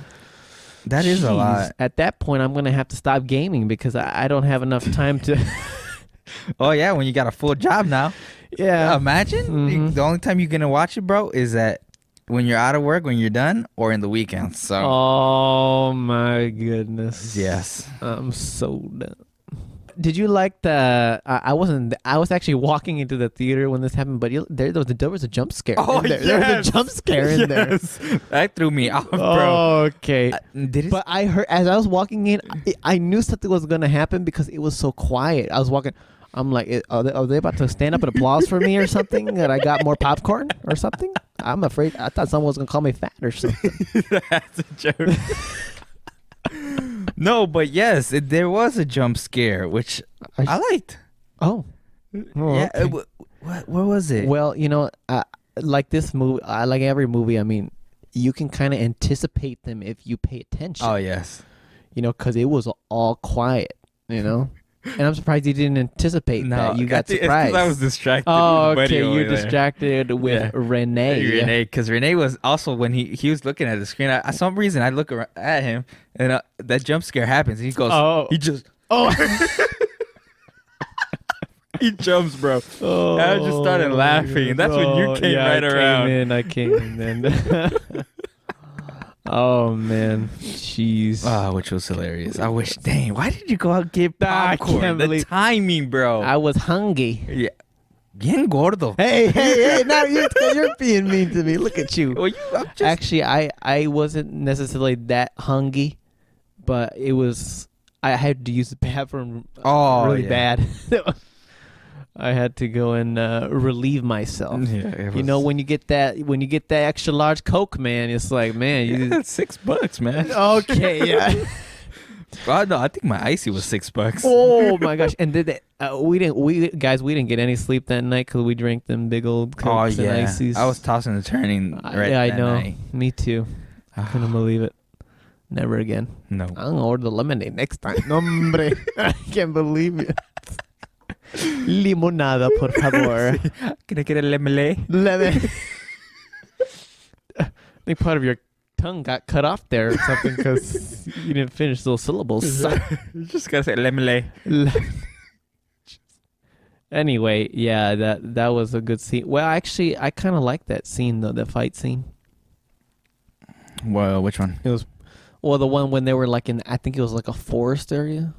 S2: That is a
S1: Jeez.
S2: lot.
S1: At that point, I'm gonna have to stop gaming because I, I don't have enough time to.
S2: Oh yeah, when you got a full job now.
S1: yeah.
S2: Imagine
S1: Mhm.
S2: the only time you're gonna watch it, bro, is that when you're out of work, when you're done, or in the weekends. So
S1: oh my goodness.
S2: yes,
S1: I'm so done. Did you like the? I I wasn't. I was actually walking into the theater when this happened, but you, there, there was there was a jump scare.
S2: Oh,
S1: in there. there was
S2: yes.
S1: a jump scare in there.
S2: there. Oh. that threw me off, bro.
S1: Okay.
S2: I- did
S1: But I heard as I was walking in, I, I knew something was gonna happen because it was so quiet. I was walking. I'm like, "Eh, are they, are they about to stand up and applause for me or something? That I got more popcorn or something? I'm afraid. I thought someone was gonna call me fat or something.
S2: That's a joke. no, but yes, it, there was a jump scare, which
S1: I-
S2: I liked.
S1: Oh, Oh,
S2: yeah,
S1: okay.
S2: what, what was it?
S1: Well, you know, uh, like this movie, uh, like every movie. I mean, you can kind of anticipate them if you pay attention.
S2: oh yes,
S1: You know, because it was all quiet. You know, and I'm surprised you didn't anticipate that. You
S2: I
S1: got
S2: think it's 'cause
S1: surprised.
S2: I was distracted.
S1: Oh,
S2: with the buddy
S1: okay.
S2: over
S1: You're
S2: there.
S1: distracted with
S2: Yeah.
S1: Renee.
S2: Renee, because Renee was also when he he was looking at the screen. I, for some reason, I look ar- at him, and uh, that jump scare happens. And he goes,
S1: Oh.
S2: he just
S1: Oh,
S2: he jumps, bro.
S1: oh
S2: I just started laughing, and that's when you came
S1: yeah,
S2: right
S1: I
S2: around.
S1: Came in, I came in then. oh man, jeez.
S2: Ah, which was hilarious. I wish. Dang, why did you go out and get
S1: Ah, I
S2: popcorn?
S1: can't
S2: the
S1: believe-
S2: timing, bro.
S1: I was hungry.
S2: yeah, bien gordo.
S1: Hey, hey, hey! Now you're, you're being mean to me. Look at you.
S2: Well, you I'm just
S1: Actually, I I wasn't necessarily that hungry, but it was. I had to use the bathroom uh,
S2: Oh,
S1: really
S2: yeah.
S1: bad. I had to go and uh, relieve myself.
S2: Yeah, it
S1: You know
S2: was-
S1: when you get that when you get that extra large Coke, man, it's like man, you
S2: Yeah, six bucks, man.
S1: okay, yeah.
S2: Oh, no, I think my icy was six bucks.
S1: oh my gosh, and did that, uh, we didn't we guys we didn't get any sleep that night because we drank them big old
S2: Oh,
S1: Cokes and
S2: yeah, Ah,
S1: ices.
S2: I was tossing and turning.
S1: Uh,
S2: Right
S1: yeah, I
S2: that
S1: know.
S2: night. Ah,
S1: Me too. I couldn't believe it. Never again.
S2: No,
S1: I'm gonna order the lemonade next time. No, hombre, I can't believe it. Limonada, por favor.
S2: can I get a lemonade?
S1: Lemon. I think part of your tongue got cut off there or something because you didn't finish those syllables.
S2: just gotta say lemonade.
S1: anyway, yeah, that that was a good scene. Well, actually, I kind of like that scene though, the fight scene.
S2: Well, which one?
S1: It was, well, the one when they were like in, I think it was like a forest area,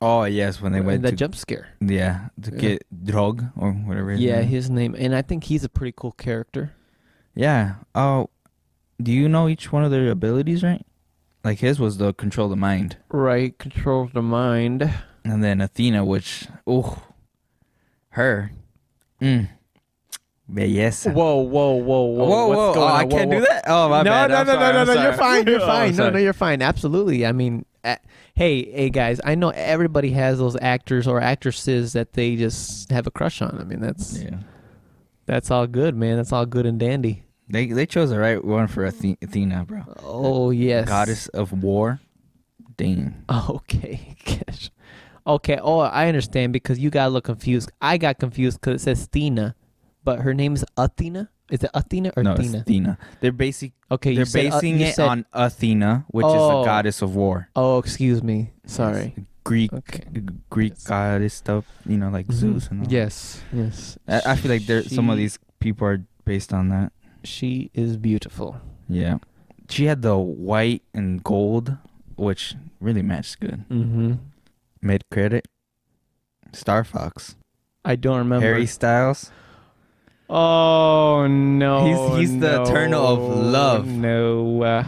S2: Oh yes, when they
S1: and
S2: went
S1: that
S2: to
S1: jump scare.
S2: yeah to
S1: Yeah.
S2: get drug or whatever. his
S1: Yeah,
S2: name-
S1: his name, and I think he's a pretty cool character.
S2: yeah. Oh, do you know each one of their abilities right? Like his was the control the mind,
S1: Right, controls the mind.
S2: and then Athena, which oh, her, mm. belleza.
S1: Whoa, whoa, whoa, whoa! what's
S2: whoa!
S1: Going
S2: oh,
S1: on?
S2: I
S1: Whoa,
S2: can't
S1: whoa.
S2: do that. Oh my
S1: no,
S2: bad.
S1: no,
S2: I'm
S1: no,
S2: sorry,
S1: no,
S2: I'm
S1: no, no. You're
S2: sorry.
S1: fine. You're
S2: Oh,
S1: fine. no,
S2: sorry.
S1: no, you're fine. Absolutely. I mean, uh, hey, hey, guys. I know everybody has those actors or actresses that they just have a crush on. I mean, that's
S2: Yeah.
S1: that's all good, man. That's all good and dandy.
S2: They they chose the right one for Athe- Athena, bro.
S1: Oh yes,
S2: Goddess of war. Dang.
S1: Okay, gosh. Okay. Oh, I understand because you got a little confused. I got confused because it says Thena, but her name is Athena. Is it Athena or
S2: no,
S1: Athena?
S2: it's Athena. They're basic
S1: okay, you
S2: They're
S1: said, uh,
S2: basing
S1: you
S2: it
S1: said-
S2: on Athena, which is
S1: Oh.
S2: a goddess of war.
S1: Oh, excuse me. Sorry.
S2: Greek,
S1: Okay.
S2: g- Greek
S1: Yes.
S2: goddess stuff. You know, like Zeus and all.
S1: Yes. Yes.
S2: I, I feel like there some of
S1: She-
S2: these people are based on that.
S1: She is beautiful.
S2: Yeah, she had the white and gold, which really matched good.
S1: Mm-hmm.
S2: Mid credit, Star Fox,
S1: I don't remember.
S2: Harry Styles.
S1: Oh no.
S2: He's- he's the
S1: no,
S2: eternal of love.
S1: No. Uh,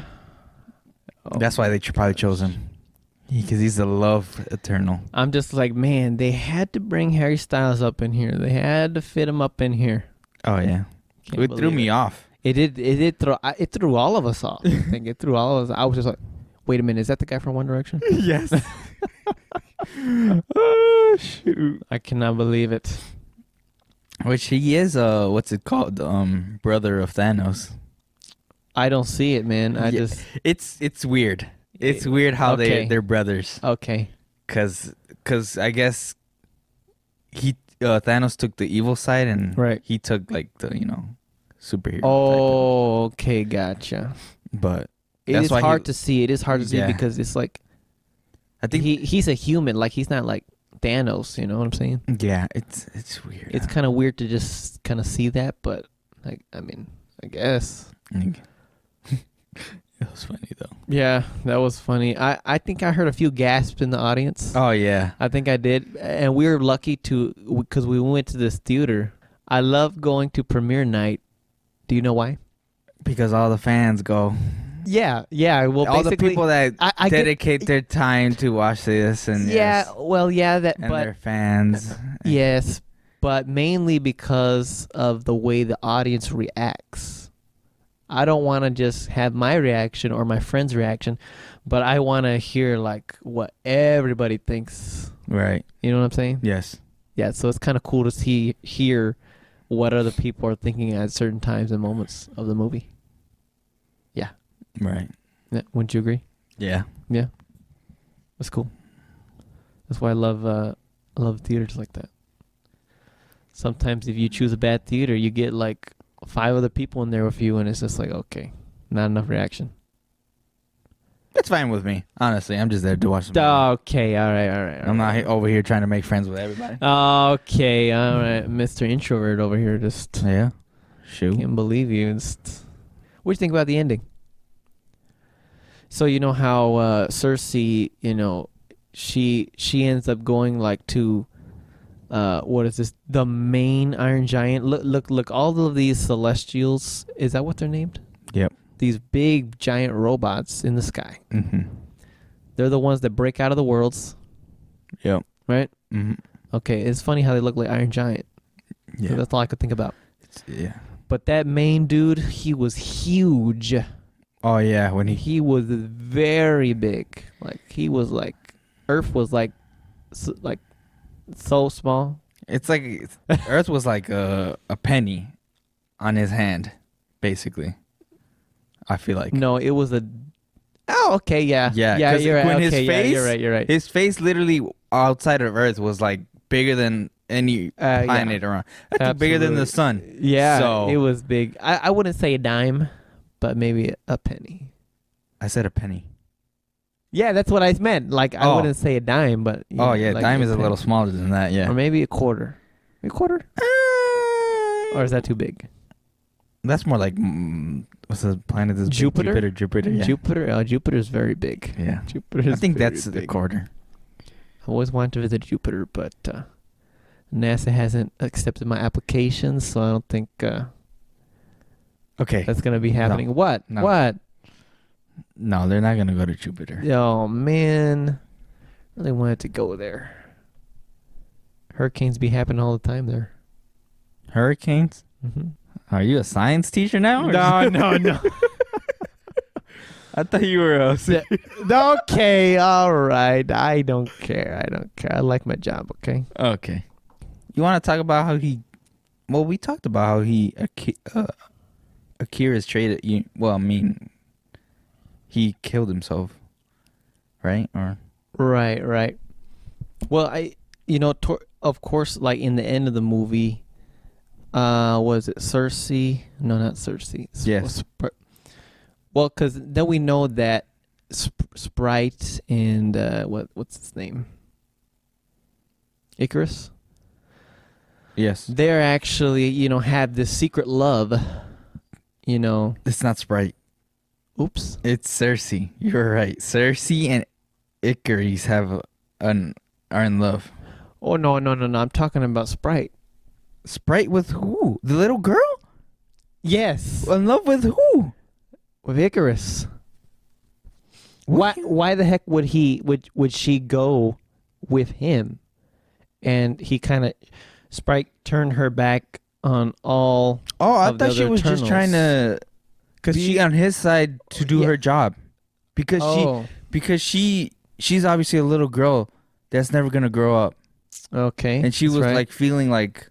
S1: oh.
S2: That's why they ch- probably chose him, because he's the love eternal.
S1: I'm just like, man, they had to bring Harry Styles up in here. They had to fit him up in here.
S2: Oh yeah,
S1: Can't
S2: it threw
S1: believe
S2: me off.
S1: It did. It did throw. I- It threw all of us off. I think it threw all of us. I was just like, wait a minute, is that the guy from One Direction?
S2: yes. oh shoot.
S1: I cannot believe it.
S2: Which he is, uh, what's it called? Um, brother of Thanos.
S1: I don't see it, man. I
S2: Yeah.
S1: just
S2: It's it's weird. It's
S1: Eh,
S2: weird how
S1: okay.
S2: they they're brothers.
S1: okay.
S2: Cause cause I guess he uh, Thanos took the evil side and
S1: Right.
S2: he took like the you know superhero. type.
S1: Oh, okay, gotcha.
S2: but
S1: It
S2: That's
S1: is
S2: why he-
S1: hard to see. It is hard to see
S2: Yeah.
S1: because it's like
S2: I think
S1: he he's a human. Like he's not like Thanos. You know what I'm saying?
S2: yeah, it's it's weird.
S1: It's kind of weird to just kind of see that, but like I mean, I guess.
S2: kind it was funny though.
S1: Yeah, that was funny. I I think I heard a few gasps in the audience.
S2: Oh yeah,
S1: I think I did, and we were lucky to because we went to this theater. I love going to premiere night. Do you know why?
S2: because all the fans go.
S1: Yeah, yeah. Well,
S2: all the people that
S1: I, I get-
S2: dedicate their time to watch this and
S1: yeah,
S2: yes,
S1: well, yeah. That,
S2: and
S1: but
S2: their fans.
S1: yes, but mainly because of the way the audience reacts. I don't want to just have my reaction or my friend's reaction, but I want to hear like what everybody thinks.
S2: Right.
S1: You know what I'm saying?
S2: Yes.
S1: yeah so it's kind of cool to see hear what other people are thinking at certain times and moments of the movie
S2: Right.
S1: yeah, wouldn't you agree
S2: Yeah.
S1: that's cool that's why i love uh I love theaters like that sometimes if you choose a bad theater you get like five other people in there with you and it's just like okay not enough reaction
S2: That's fine with me. Honestly, I'm just there to watch. the movie.
S1: okay all right all right, all
S2: I'm not
S1: right.
S2: he- over here trying to make friends with everybody.
S1: okay all right mr introvert over here just
S2: yeah. Shoot.
S1: Can't believe you. It's- What do you think about the ending? So you know how uh, Cersei, you know, she she ends up going like to, uh, what is this? The main Iron Giant. Look, look, look! All of these Celestials. Is that what they're named?
S2: Yep.
S1: These big giant robots in the sky.
S2: Mm-hmm.
S1: They're the ones that break out of the worlds,
S2: Yep.
S1: right?
S2: Mm-hmm.
S1: Okay, it's funny how they look like Iron Giant. So
S2: Yeah.
S1: that's all I could think about.
S2: yeah.
S1: But that main dude, he was huge.
S2: Oh yeah. When he
S1: he was very big. Like he was like Earth was like s like so small.
S2: It's like it's- Earth was like a a penny on his hand, basically. I feel like
S1: No, it was a. Oh, okay, yeah,
S2: Yeah,
S1: yeah.
S2: 'cause
S1: You're right.
S2: when his
S1: okay, yeah,
S2: face-
S1: you're right. You're right.
S2: his face literally outside of Earth was like bigger than any
S1: Uh, yeah.
S2: planet around. I think bigger than the sun.
S1: yeah,
S2: So-
S1: it was big. I, I wouldn't say a dime, but maybe a penny.
S2: I said a penny.
S1: Yeah, that's what I meant. Like I
S2: Oh.
S1: wouldn't say a dime, but you know,
S2: oh yeah,
S1: like
S2: dime is a
S1: penny.
S2: little smaller than that.
S1: or
S2: Yeah.
S1: maybe a quarter. A quarter, or is that too big?
S2: Uh, That's more like mm, what's the planet? Is big?
S1: Jupiter?
S2: Jupiter. Jupiter. Yeah.
S1: Jupiter. Uh, Jupiter's very big.
S2: yeah.
S1: Jupiter.
S2: I think that's the quarter.
S1: I always wanted to visit Jupiter, but uh, NASA hasn't accepted my application, so I don't think uh,
S2: Okay.
S1: that's gonna be happening. What?
S2: No.
S1: What?
S2: No, they're not gonna go to Jupiter.
S1: Oh man, really wanted to go there. Hurricanes be happening all the time there.
S2: Hurricanes.
S1: Mm-hmm.
S2: Are you a science teacher now? or-
S1: no, no.
S2: I thought you were a.
S1: okay, all right. I don't care. I don't care. I like my job. Okay.
S2: Okay. You want to talk about how he? Well, we talked about how he Aki- uh, Akira's traded. You well, I mean, he killed himself, right? Or
S1: Right, right. Well, I, you know, tor- of course, like in the end of the movie, uh, was it Cersei? No, not Cersei. Sp-
S2: Yes.
S1: Spr- well, because then we know that Sp- Sprite and uh, what what's his name, Icarus,
S2: yes,
S1: they're actually you know have this secret love, you know.
S2: it's not Sprite.
S1: Oops.
S2: It's Cersei. You're right. Cersei and Icarus have a- an are in love.
S1: Oh no, no, no, no! I'm talking about Sprite.
S2: Sprite with who? The little girl
S1: Yes.
S2: in love with who?
S1: with Icarus. Why why the heck would he would would she go with him? And he kind of Sprite turned her back on all
S2: Oh, I
S1: Of the
S2: thought she
S1: other
S2: was just trying to
S1: cuz
S2: be on his side to do
S1: Yeah.
S2: her job because she
S1: oh,
S2: because she she's obviously a little girl that's never gonna grow up,
S1: okay.
S2: and she
S1: Eh, That's
S2: was
S1: right.
S2: like feeling like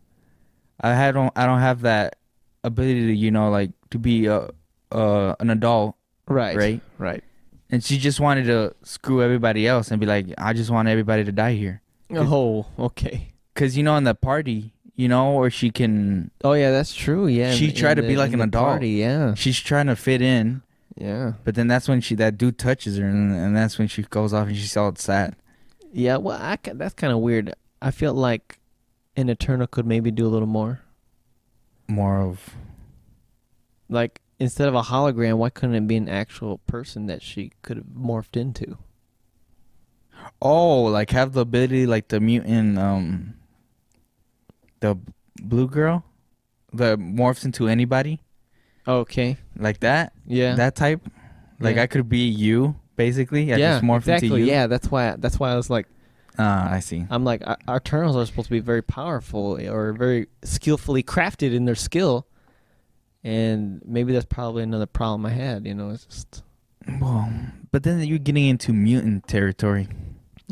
S2: I had don't I don't have that ability to you know like to be a uh, an adult,
S1: right.
S2: right.
S1: Right.
S2: And she just wanted to screw everybody else and be like, I just want everybody to die here,
S1: Oh, okay.
S2: cause you know in the party, you know, or she can
S1: Oh yeah, that's true. Yeah.
S2: She
S1: in-
S2: tried
S1: in
S2: to be
S1: the-
S2: like
S1: in
S2: an
S1: the
S2: adult.
S1: Party, yeah.
S2: she's trying to fit in
S1: Yeah.
S2: But then that's when she that dude touches her, and, and that's when she goes off and she's all sad.
S1: Yeah. Well, I ca- that's kind of weird. I feel like an Eternal could maybe do a little more.
S2: More of
S1: Like instead of a hologram, why couldn't it be an actual person that she could have morphed into?
S2: oh, like have the ability like the mutant, um, the blue girl, that morphs into anybody
S1: Okay.
S2: like that,
S1: Yeah.
S2: that type. Like
S1: Yeah.
S2: I could be you basically. I
S1: yeah.
S2: just morph
S1: exactly.
S2: into you.
S1: Yeah. That's why. That's why I was like,
S2: Ah, I see.
S1: I'm like, our- our turtles are supposed to be very powerful or very skillfully crafted in their skill, and maybe that's probably another problem I had. You know, it's just.
S2: Well, but then you're getting into mutant territory,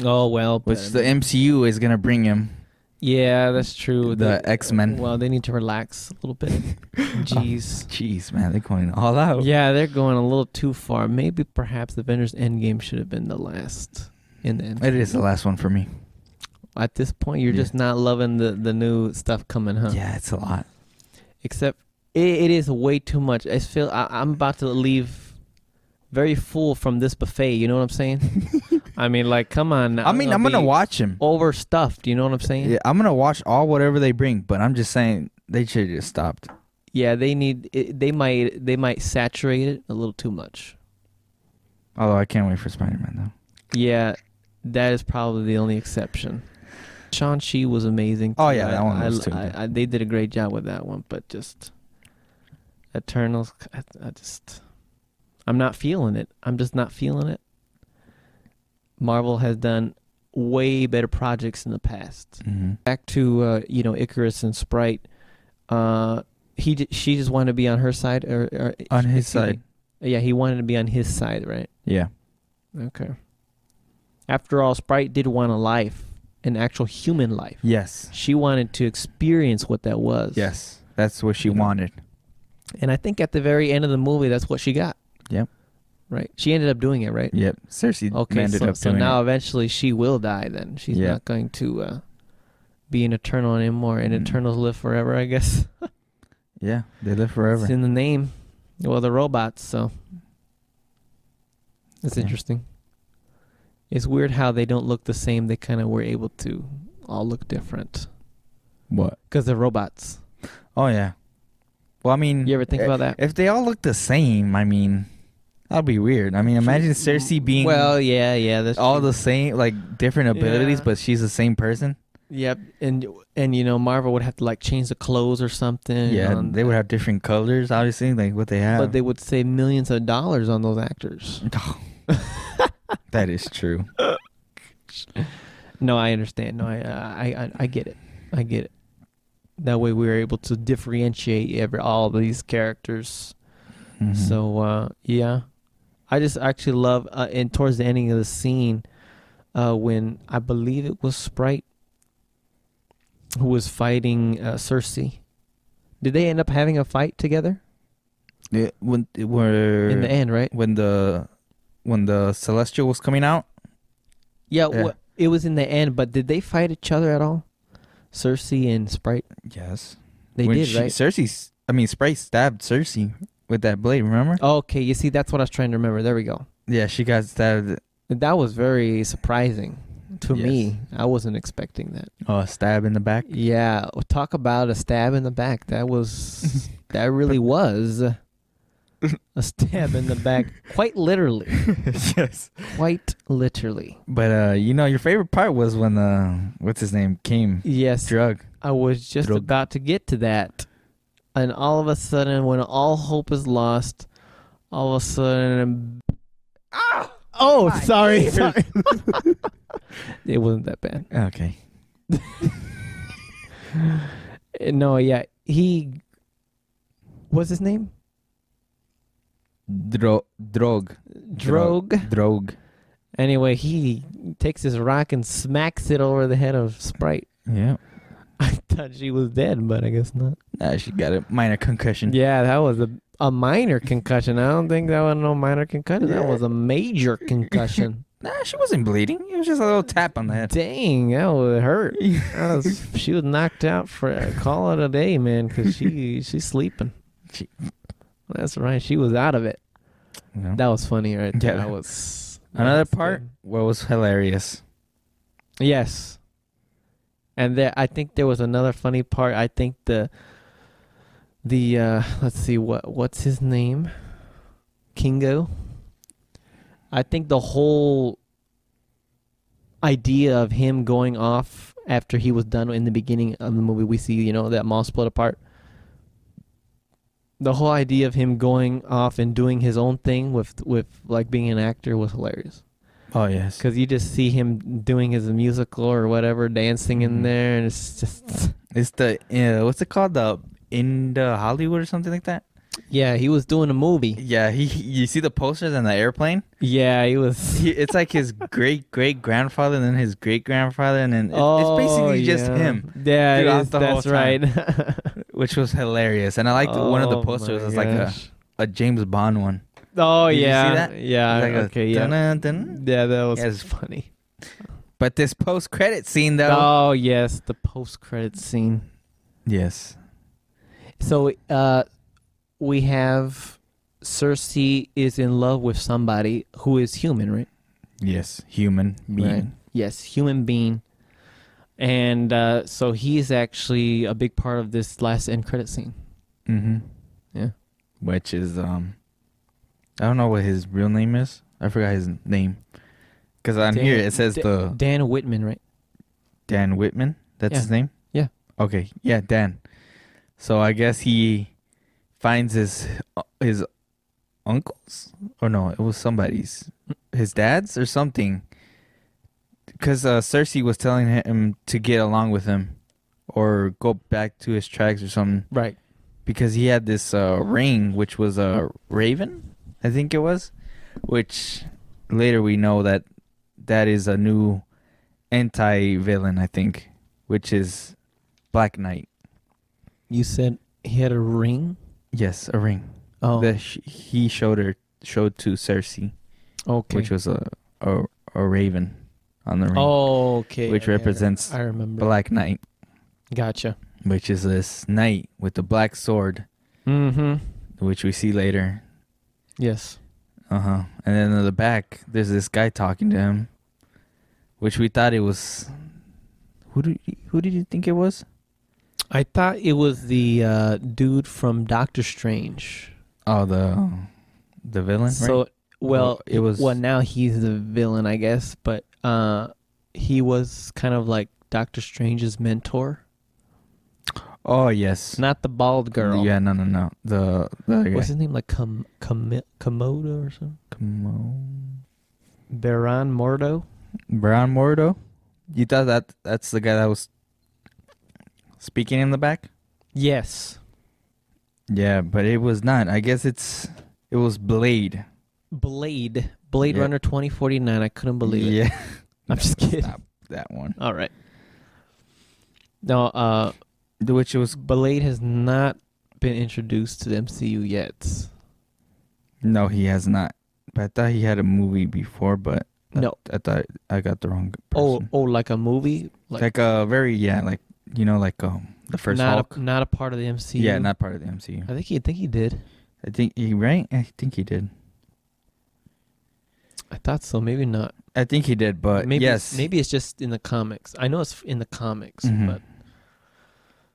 S1: Oh well, but
S2: which the MCU is gonna bring him.
S1: yeah, that's true.
S2: The
S1: They-
S2: X-Men.
S1: Well, they need to relax a little bit. Jeez.
S2: Jeez, man, they're going all out.
S1: Yeah, they're going a little too far. Maybe perhaps Avengers Endgame should have been the last. In the end,
S2: It is the last one for me.
S1: At this point, you're
S2: Yeah.
S1: just not loving the the new stuff coming, huh?
S2: Yeah, it's a lot.
S1: Except it, it is way too much. I feel I, I'm about to leave very full from this buffet. You know what I'm saying? I mean, like, come on.
S2: I mean, I'm gonna
S1: be
S2: watch him.
S1: overstuffed. You know what I'm saying?
S2: Yeah, I'm gonna watch all whatever they bring, but I'm just saying they should have just stopped.
S1: Yeah, they need. It, they might. They might saturate it a little too much.
S2: Although I can't wait for Spider-Man
S1: Yeah, that is probably the only exception. Shang Chi was amazing.
S2: Oh,
S1: too.
S2: yeah, that one
S1: I,
S2: was
S1: I,
S2: too
S1: I-
S2: good.
S1: I- they did a great job with that one, but just Eternals. I, I just, I'm not feeling it. I'm just not feeling it. Marvel has done way better projects in the past.
S2: though. Mm-hmm.
S1: back to uh, you know Icarus and Sprite. Uh, he j- she just wanted to be on her side or, or
S2: On his
S1: excuse me.
S2: side.
S1: Yeah, he wanted to be on his side, right?
S2: Yeah.
S1: Okay. After all, Sprite did want a life, an actual human life.
S2: Yes.
S1: She wanted to experience what that was.
S2: Yes. That's what she
S1: You know.
S2: wanted.
S1: And I think at the very end of the movie, that's what she got.
S2: Yep.
S1: Right. She ended up doing it, right?
S2: Yep. Cersei
S1: Okay.
S2: ended
S1: So,
S2: up
S1: so
S2: doing
S1: now
S2: it.
S1: eventually she will die. Then she's
S2: Yeah.
S1: not going to uh, be an eternal anymore. And
S2: Mm.
S1: eternals live forever, I guess.
S2: Yeah, they live forever.
S1: It's in the name. Well, the robots, so. It's
S2: Yeah.
S1: interesting. It's weird how they don't look the same. They kind of were able to all look different
S2: What?
S1: because they're robots.
S2: Oh yeah. Well, I mean,
S1: You ever think
S2: i-
S1: about that?
S2: If they all look the same, I mean, that'd be weird. I mean, imagine Cersei being
S1: well, yeah, yeah. That's
S2: all
S1: true.
S2: the same, like different abilities,
S1: Yeah.
S2: but she's the same person.
S1: Yep, and and you know Marvel would have to like change the clothes or something.
S2: yeah,
S1: on-
S2: they would have different colors, obviously, like what they have.
S1: but they would save millions of dollars on those actors.
S2: that is true.
S1: No, I understand. No, I uh, I I, I get it. I get it. That way we were able to differentiate every all these characters.
S2: Mhm.
S1: So uh, yeah, I just actually love uh, and towards the ending of the scene uh, when I believe it was Sprite who was fighting uh, Cersei. Did they end up having a fight together
S2: It- when it were
S1: in the end? Right?
S2: when the when the celestial was coming out,
S1: Yeah.
S2: Yeah.
S1: wha- it was in the end, but did they fight each other at all? Cersei and Sprite.
S2: yes,
S1: They
S2: When
S1: did,
S2: she-
S1: right?
S2: Cersei, s- I mean, Sprite stabbed Cersei with that blade. Remember?
S1: okay, you see, that's what I was trying to remember. There we go.
S2: Yeah, she got stabbed.
S1: That was very surprising to
S2: Yes.
S1: me. I wasn't expecting that.
S2: Oh, stab in the back.
S1: Yeah, talk about a stab in the back. That was that really was a stab in the back, quite literally,
S2: yes.
S1: quite literally.
S2: But uh, you know, your favorite part was when uh, what's his name came
S1: Yes,
S2: drug.
S1: I was just
S2: Drug.
S1: about to get to that, and all of a sudden, when all hope is lost, all of a sudden, oh, sorry, sorry. it wasn't that bad.
S2: Okay.
S1: Uh, No, yeah, he. What's his name?
S2: Dro- drog.
S1: Drogue.
S2: Drog.
S1: Anyway, he takes his rock and smacks it over the head of Sprite.
S2: Yeah.
S1: I thought she was dead, but I guess not.
S2: Nah, she got a minor concussion.
S1: Yeah, that was a a minor concussion. I don't think that was no minor concussion. That
S2: Yeah.
S1: was a major concussion.
S2: Nah, she wasn't bleeding. It was just a little tap on the head.
S1: Dang, that would hurt. That was- she was knocked out for uh, call it a day, man, because she she's sleeping.
S2: She-
S1: That's right. She was out of it.
S2: you know?
S1: That was funny, right? there.
S2: Yeah.
S1: that was that
S2: Another
S1: was
S2: part
S1: good.
S2: what was hilarious.
S1: Yes, and there I think there was another funny part. I think the the uh let's see what what's his name, Kingo. I think the whole idea of him going off after he was done in the beginning of the movie, we see you know that mall split apart. The whole idea of him going off and doing his own thing with with like being an actor was hilarious.
S2: Oh yes.
S1: Because you just see him doing his musical or whatever, dancing in
S2: Mhm.
S1: there, and it's just
S2: It's the uh, what's it called the in the Hollywood or something like that.
S1: yeah, he was doing a movie.
S2: Yeah, he, he- you see the posters and the airplane.
S1: Yeah, he was.
S2: He, it's like his great great grandfather and then his great grandfather and then it,
S1: oh,
S2: it's basically just
S1: yeah.
S2: him,
S1: Yeah, it
S2: throughout
S1: is,
S2: the whole
S1: that's
S2: time.
S1: right.
S2: which was hilarious. And I liked one of the
S1: Oh
S2: posters
S1: my
S2: was like a,
S1: gosh.
S2: a James Bond one.
S1: Oh
S2: Did you see
S1: yeah,
S2: that?
S1: yeah.
S2: It's like a
S1: okay, yeah,
S2: dun-dun, dun.
S1: yeah. That was
S2: Yes.
S1: funny.
S2: But this post credit scene though.
S1: Oh yes, the post-credit scene.
S2: Yes.
S1: So uh, we have Cersei is in love with somebody who is human, right?
S2: Yes. Human being.
S1: Right. Yes, human being. And uh, so he's actually a big part of this last end credit scene.
S2: Mm-hmm.
S1: Yeah.
S2: Which is um, I don't know what his real name is. I forgot his name. Cause on
S1: Dan-
S2: here it says
S1: Da-
S2: the
S1: Dan Whitman, right?
S2: Dan Whitman. That's
S1: Yeah.
S2: his name.
S1: Yeah.
S2: Okay. Yeah, Dan. So I guess he finds his his uncle's or no, it was somebody's, his dad's or something. Because uh, Cersei was telling him to get along with him, or go back to his tracks or something.
S1: Right.
S2: because he had this uh, ring, which was a raven, I think it was, which later we know that that is a new anti-villain, I think, which is Black Knight.
S1: You said he had a ring.
S2: Yes, a ring
S1: Oh,
S2: that sh- he showed her showed to Cersei,
S1: okay.
S2: which was a, a a raven on the ring,
S1: oh, okay.
S2: which
S1: Okay, I rem-
S2: represents
S1: I remember.
S2: Black Knight,
S1: Gotcha.
S2: which is this knight with the black sword,
S1: Mm-hmm.
S2: which we see later
S1: Yes.
S2: Uh huh. And then in the back, there's this guy talking to him, which we thought it was. Who did you, who did you think it was?
S1: I thought it was the uh, dude from Doctor Strange.
S2: Oh, the the villain. right?
S1: So, well,
S2: it was.
S1: well now he's the villain i guess but uh he was kind of like doctor strange's mentor
S2: Oh yes.
S1: not the bald girl
S2: Yeah. No. No. No. The the guy.
S1: what's his name like Com- Com- komodo or something
S2: Come
S1: baron mordo
S2: on. Brown Mordo. You thought that that's the guy that was speaking in the back.
S1: yes
S2: Yeah, but it was not. I guess it's it was Blade.
S1: blade blade
S2: Yeah.
S1: runner 2049 i couldn't believe it
S2: Yeah,
S1: i'm just kidding
S2: Stop that one.
S1: all right no uh
S2: Which was
S1: blade has not been introduced to the mcu yet
S2: No, he has not. But I thought he had a movie before, but I-
S1: No.
S2: I, thought I got the wrong
S1: oh
S2: person.
S1: oh like a movie
S2: like, a very yeah, like you know, like um the first
S1: not
S2: Hulk.
S1: A, not a part of the mcu
S2: yeah, not part of the MCU.
S1: i think he I think he did
S2: I think he right. I think he did.
S1: I thought so. Maybe not.
S2: I think he did, but
S1: maybe
S2: yes,
S1: maybe it's just in the comics. I know it's in the comics,
S2: Mhm.
S1: but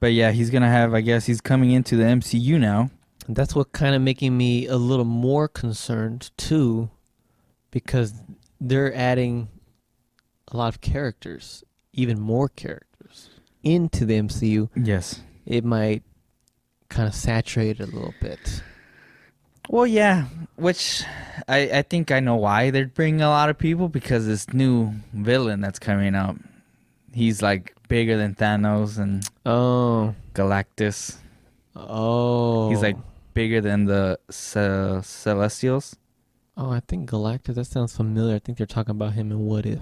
S2: but yeah, he's gonna have. I guess he's coming into the MCU now.
S1: that's what kind of making me a little more concerned too, because they're adding a lot of characters, even more characters into the MCU.
S2: Yes.
S1: It might kind of saturate it a little bit.
S2: Well, yeah, which I I think I know why they're bringing a lot of people because this new villain that's coming up, he's like bigger than Thanos and
S1: Oh,
S2: Galactus.
S1: oh.
S2: He's like bigger than the Ce- Celestials.
S1: oh, I think Galactus. That sounds familiar. I think they're talking about him in What If.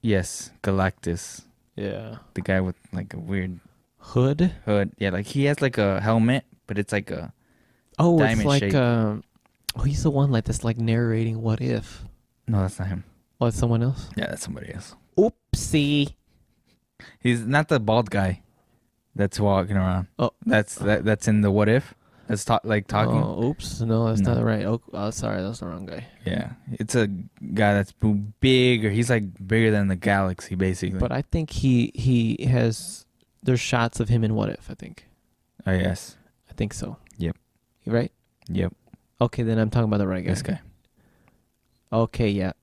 S2: Yes, Galactus,
S1: Yeah.
S2: the guy with like a weird
S1: Hood.
S2: hood. Yeah, like he has like a helmet, but it's like a
S1: Oh, it's
S2: diamond
S1: like
S2: shape.
S1: um, oh, he's the one like that's like narrating what if.
S2: no, that's not him.
S1: Oh, it's someone else.
S2: Yeah, that's somebody else.
S1: Oopsie.
S2: He's not the bald guy that's walking around.
S1: Oh.
S2: that's that, that's in the what if. That's ta- like talking.
S1: Oh, oops. No, that's
S2: No.
S1: not right. Oh, oh, sorry. That's the wrong guy.
S2: Yeah, it's a guy that's b- bigger. He's like bigger than the galaxy, basically.
S1: But I think he he has. There's shots of him in What If. I think.
S2: oh yes,
S1: I think so.
S2: Yep.
S1: You Right.
S2: yep,
S1: Okay, then I'm talking about the right guy.
S2: this guy.
S1: Okay, yeah.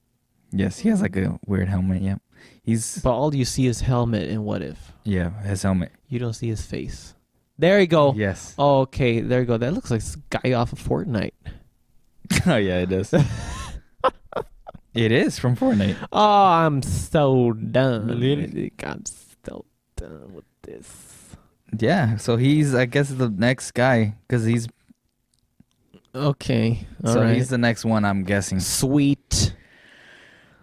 S2: Yes, he has like a weird helmet. Yep, he's
S1: But all you see is helmet and What If.
S2: yeah his helmet.
S1: You don't see his face. There you go.
S2: yes.
S1: okay, there you go. That looks like this guy off of Fortnite.
S2: oh yeah, it is. it is from Fortnite.
S1: Oh, I'm so done.
S2: Really?
S1: I'm so done with this.
S2: Yeah, so he's I guess the next guy because he's
S1: Okay. all right.
S2: so he's the next one I'm guessing.
S1: Sweet.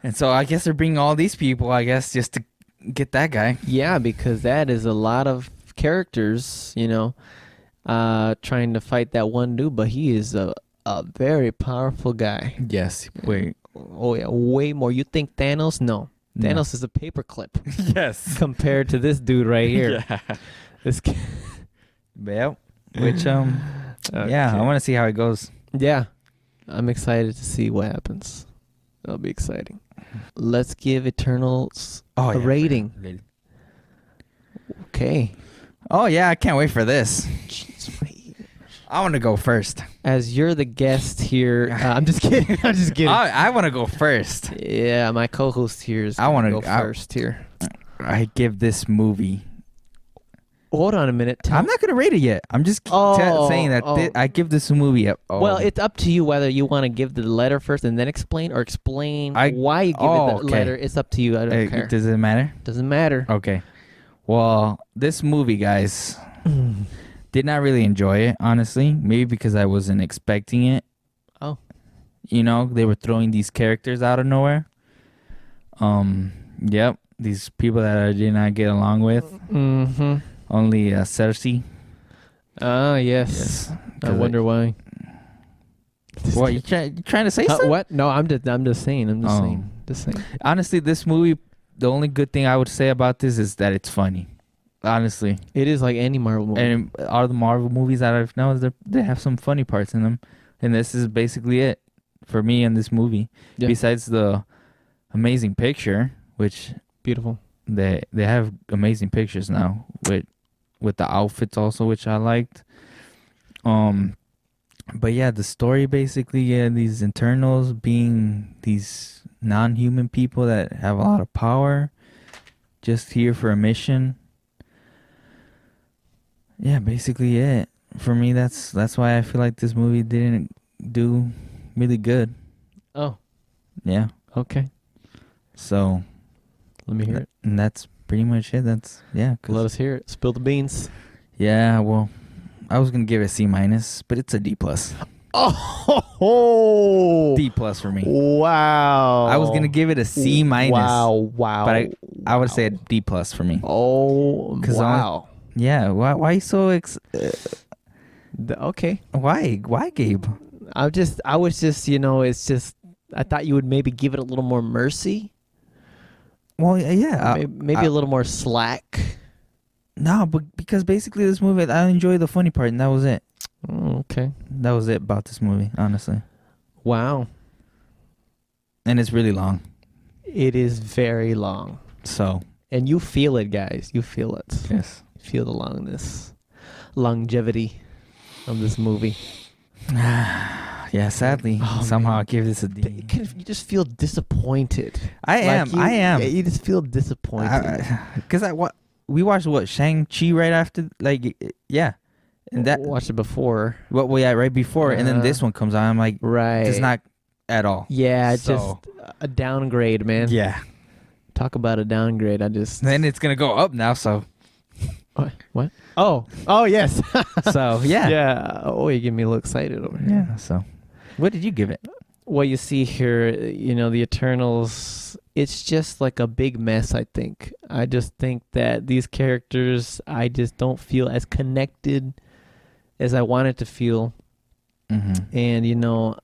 S2: And so I guess they're bringing all these people I guess just to get that guy.
S1: Yeah, because that is a lot of characters, you know, uh, trying to fight that one dude, but he is a, a very powerful guy.
S2: Yes. Wait.
S1: Oh, yeah, way more. You think Thanos? No. Thanos is a paperclip
S2: yes.
S1: compared to this dude right here.
S2: Yeah.
S1: This kid.
S2: Yep. Which um yeah, I want to see how it goes.
S1: Yeah. I'm excited to see what happens. That'll be exciting. Let's give Eternals
S2: Oh,
S1: a rating. Okay.
S2: Oh yeah, I can't wait for this.
S1: Jeez, wait.
S2: I want to go first. As
S1: As you're the guest here, uh, I'm just kidding. I'm just kidding.
S2: I, I want to go first.
S1: yeah, my co-host here is.
S2: I wanna-
S1: gonna go
S2: I-
S1: first here.
S2: I give this movie.
S1: Hold on a minute. Tell-
S2: I'm not gonna rate it yet. I'm just
S1: Oh,
S2: te- saying that thi-
S1: oh.
S2: I give this movie a. Oh.
S1: Well, it's up to you whether you want to give the letter first and then explain, or explain
S2: I-
S1: why you give
S2: oh,
S1: it the
S2: okay.
S1: letter. It's up to you. I don't
S2: Hey,
S1: care.
S2: does it matter?
S1: Doesn't matter.
S2: Okay. Well, this movie, guys,
S1: Oh.
S2: did not really enjoy it. Honestly, maybe because I wasn't expecting it.
S1: Oh.
S2: You know, they were throwing these characters out of nowhere. Um. Yep. These people that I did not get along with.
S1: Mm-hmm.
S2: Only uh, Cersei.
S1: Ah, yes.
S2: Yes.
S1: I wonder why.
S2: What you, try, you trying to say?
S1: Uh,
S2: something?
S1: what? No, I'm just I'm just saying. I'm just
S2: Oh.
S1: saying. Just saying.
S2: Honestly, this movie. The only good thing I would say about this is that it's funny. Honestly,
S1: It is like any Marvel movie.
S2: and all the Marvel movies that I've known, they're- they have some funny parts in them, and this is basically it for me in this movie.
S1: Yeah.
S2: Besides the amazing picture, which
S1: Beautiful.
S2: they they have amazing pictures now with with the outfits also which I liked. Um but yeah, the story basically yeah, these internals being these non-human people that have a lot of power just here for a mission. Yeah, basically it. For me that's that's why I feel like this movie didn't do really good.
S1: Oh,
S2: Yeah.
S1: okay.
S2: So
S1: Let me hear it.
S2: and that's pretty much it. That's yeah, 'cause-
S1: Let us hear it. Spill the beans.
S2: Yeah, well, I was gonna give it a C minus, but it's a D plus.
S1: Oh,
S2: D plus for me.
S1: wow.
S2: I was gonna give it a C minus,
S1: Wow, wow.
S2: but I I would say a D plus for me.
S1: oh,
S2: 'Cause I-
S1: wow.
S2: Yeah, why why you so ex?
S1: The- okay.
S2: Why why Gabe?
S1: I just I was just you know it's just I thought you would maybe give it a little more mercy,
S2: Well, yeah,
S1: maybe,
S2: I,
S1: maybe a little more slack.
S2: no, but because basically this movie, I enjoy the funny part, and that was it. mm,
S1: Okay.
S2: That was it about this movie, honestly.
S1: Wow.
S2: And it's really long,
S1: It is very long.
S2: so
S1: And you feel it, guys. You feel it.
S2: yes.
S1: You feel the longness, longevity of this movie.
S2: Yeah, sadly,
S1: Oh,
S2: somehow
S1: man.
S2: I give this a
S1: Th-
S2: D.
S1: it kind of- You just feel disappointed.
S2: I
S1: Like
S2: am,
S1: you-
S2: I am.
S1: yeah, You just feel disappointed.
S2: because I what we watched what Shang Chi right after like y- yeah, and that
S1: W- watched it before,
S2: what we had right before, and then
S1: Uh,
S2: this one comes out. I'm like,
S1: right?
S2: it's not at all.
S1: Yeah, it's
S2: So-
S1: just a downgrade, man.
S2: Yeah,
S1: Talk about a downgrade. I just.
S2: then it's gonna go up now. So
S1: What? what? Oh, oh yes.
S2: so yeah.
S1: yeah. Oh, you get me a little excited over here.
S2: Yeah, So what did you give it?
S1: what you see here, you know, the Eternals, it's just like a big mess, I think. I just think that these characters, I just don't feel as connected as I wanted to feel.
S2: Mm-hmm.
S1: And, you know,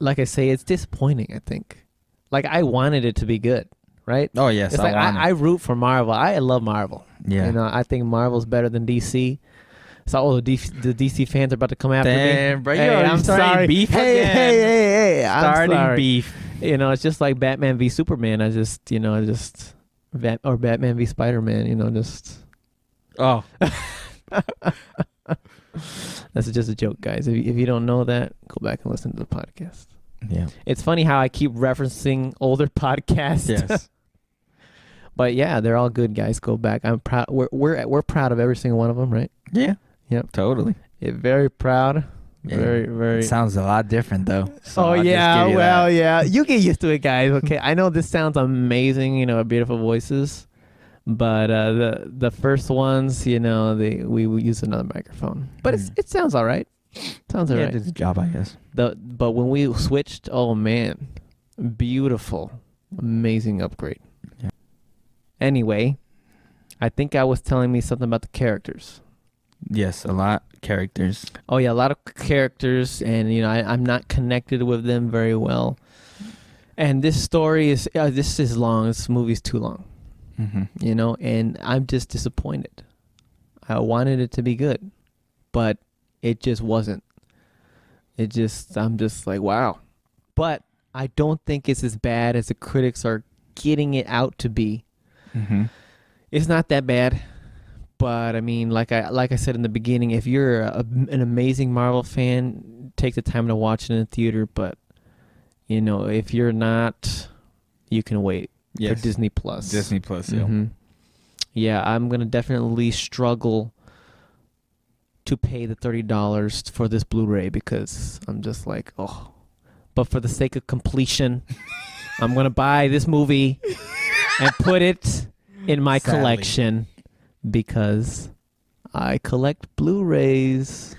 S1: like I say, it's disappointing, I think. Like, I wanted it to be good, right?
S2: Oh yes,
S1: It's like I, I root for Marvel. I love Marvel.
S2: yeah.
S1: You know, I think Marvel's better than DC. So all the, DC the DC fans are about to come after me.
S2: Damn, bro, you
S1: Hey,
S2: already
S1: I'm
S2: starting
S1: sorry.
S2: beef
S1: hey,
S2: again.
S1: hey, hey, hey, I'm
S2: starting
S1: sorry.
S2: beef.
S1: You know, it's just like Batman v Superman. I just, you know, I just, Bat- or Batman v Spider Man. You know, just
S2: Oh,
S1: that's just a joke, guys. If you, if you don't know that, go back and listen to the podcast.
S2: yeah.
S1: It's funny how I keep referencing older podcasts.
S2: Yes.
S1: But yeah, they're all good guys. Go back. I'm proud. We're we're we're proud of every single one of them, right?
S2: yeah.
S1: Yep.
S2: Totally.
S1: Yeah, very proud.
S2: Yeah.
S1: Very very.
S2: It sounds a lot different though. So
S1: oh
S2: I'll just
S1: yeah,
S2: give you
S1: well
S2: that.
S1: yeah. You get used to it, guys. Okay, I know this sounds amazing. You know, beautiful voices, but uh, the the first ones, you know, they we, we use another microphone. But it's,
S2: Mm.
S1: it sounds all right. Sounds all
S2: yeah,
S1: right.
S2: did the job, I guess.
S1: The but when we switched, oh man, beautiful, amazing upgrade.
S2: Yeah.
S1: Anyway, I think I was telling me something about the characters.
S2: Yes, a lot characters.
S1: Oh yeah, a lot of characters, and you know I, I'm not connected with them very well. And this story is uh, this is long. This movie's too long,
S2: Mm-hmm.
S1: you know, and I'm just disappointed. I wanted it to be good, but it just wasn't. It just I'm just like wow, but I don't think it's as bad as the critics are getting it out to be
S2: Mm-hmm.
S1: it's not that bad but i mean like i like i said in the beginning if you're a, an amazing marvel fan take the time to watch it in the theater but you know if you're not you can wait
S2: Yes.
S1: for disney plus
S2: Disney Plus. Yeah.
S1: Mhm. yeah i'm gonna definitely struggle to pay the $30 for this blu-ray because i'm just like oh but for the sake of completion i'm gonna buy this movie and put it in my
S2: Sadly.
S1: collection because I collect Blu-rays.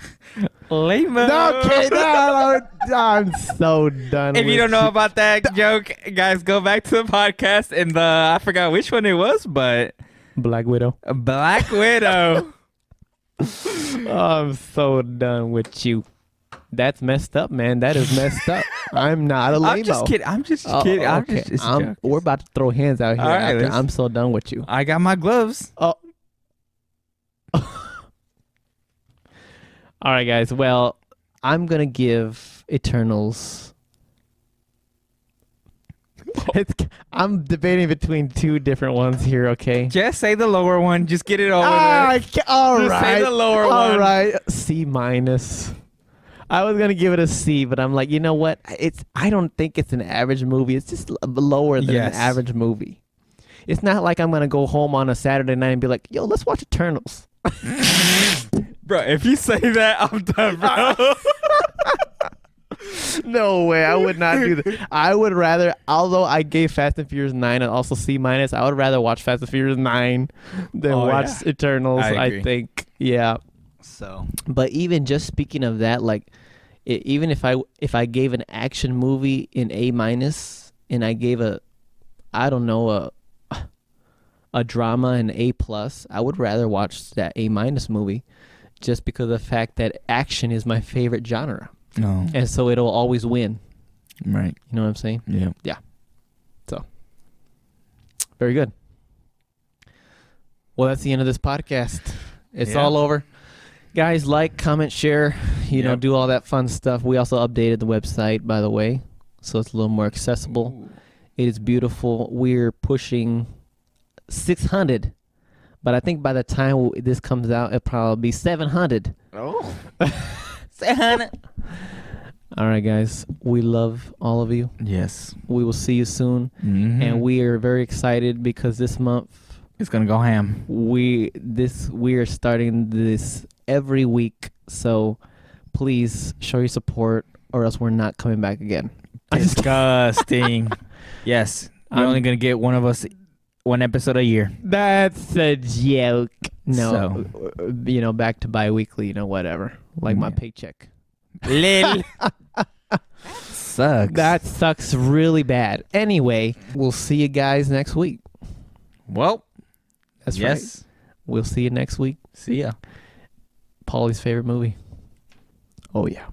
S2: Lame-o.
S1: no, no, I'm so done.
S2: If you
S1: with
S2: don't
S1: you.
S2: know about that joke, guys, go back to the podcast and the I forgot which one it was, but
S1: Black Widow,
S2: Black Widow. Mm-hmm.
S1: I'm so done with you. That's messed up, man. That is messed up. I'm not a
S2: I'm
S1: lame
S2: just kidding. I'm just kidding. I'm just, it's a joke.
S1: we're about to throw hands out here.
S2: All right,
S1: after.
S2: let's-
S1: I'm so done with you.
S2: I got my gloves.
S1: Oh. All right, guys. Well, I'm gonna give Eternals. It's, I'm debating between two different ones here. Okay.
S2: Just say the lower one. Just get it over
S1: Ah, ca- all
S2: Just say
S1: right.
S2: the lower
S1: All
S2: one.
S1: right. C minus. I was gonna give it a C, but I'm like, you know what? It's I don't think it's an average movie. It's just l- lower than
S2: Yes.
S1: an average movie. It's not like I'm gonna go home on a Saturday night and be like, yo, let's watch Eternals.
S2: there, bro. If you say that, I'm done, bro.
S1: No way, I would not do that. I would rather, although I gave Fast and Furious nine and also C minus, I would rather watch Fast and Furious nine than
S2: Oh,
S1: watch
S2: yeah.
S1: Eternals.
S2: I
S1: I
S2: agree.
S1: think, yeah.
S2: so
S1: But even just speaking of that, like i even if I if I gave an action movie an A minus and I gave a I don't know a a drama an A plus, I would rather watch that A minus movie just because of the fact that action is my favorite genre.
S2: no,
S1: And so it'll always win.
S2: right?
S1: You know what I'm saying?
S2: Yeah.
S1: Very good. Well, that's the end of this podcast. It's
S2: Yeah.
S1: all over. Guys, like, comment, share, you know,
S2: Yep.
S1: do all that fun stuff. We also updated the website, by the way, so it's a little more accessible. It is beautiful. We're pushing 600, but I think by the time this comes out, it'll probably be 700.
S2: Oh,
S1: All right, guys, we love all of you.
S2: yes.
S1: We will see you soon,
S2: Mhm.
S1: and we are very excited because this month
S2: it's gonna go ham.
S1: we this we are starting this every week so please show your support or else we're not coming back again I just-
S2: Disgusting. yes, you're
S1: I'm-
S2: only gonna get one of us, one episode a year.
S1: that's a joke no
S2: So.
S1: uh, you know back to bi-weekly you know whatever like my
S2: Yeah.
S1: paycheck
S2: Lil. Sucks.
S1: that sucks really bad anyway we'll see you guys next week
S2: well.
S1: that's right
S2: yes.
S1: we'll see you next week
S2: See ya.
S1: paulie's favorite movie oh yeah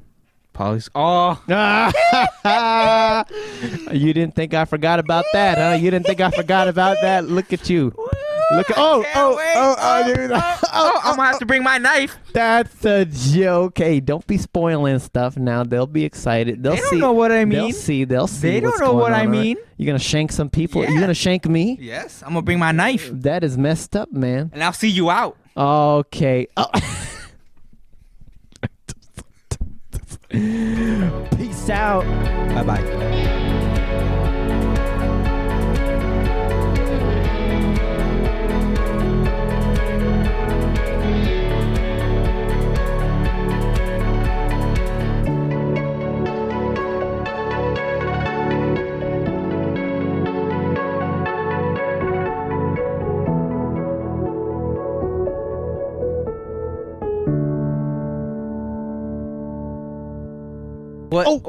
S2: Polly's. Oh.
S1: you didn't think I forgot about that, huh? You didn't think I forgot about that? Look at you. Look at oh
S2: Can't
S1: oh
S2: wait.
S1: oh oh, dude.
S2: oh, oh, I'm gonna have to bring my knife.
S1: That's a joke. Hey, don't be spoiling stuff now. They'll be excited. They'll
S2: they don't
S1: see.
S2: know what I mean.
S1: They'll see. They'll see.
S2: They don't
S1: what's
S2: know
S1: going
S2: what I
S1: on, all right?
S2: mean.
S1: You're gonna shank some people.
S2: Yeah.
S1: You're gonna shank me.
S2: Yes, I'm gonna bring my knife,
S1: That is messed up, man.
S2: and I'll see you out.
S1: Okay. Oh. Peace out.
S2: Bye bye. What? you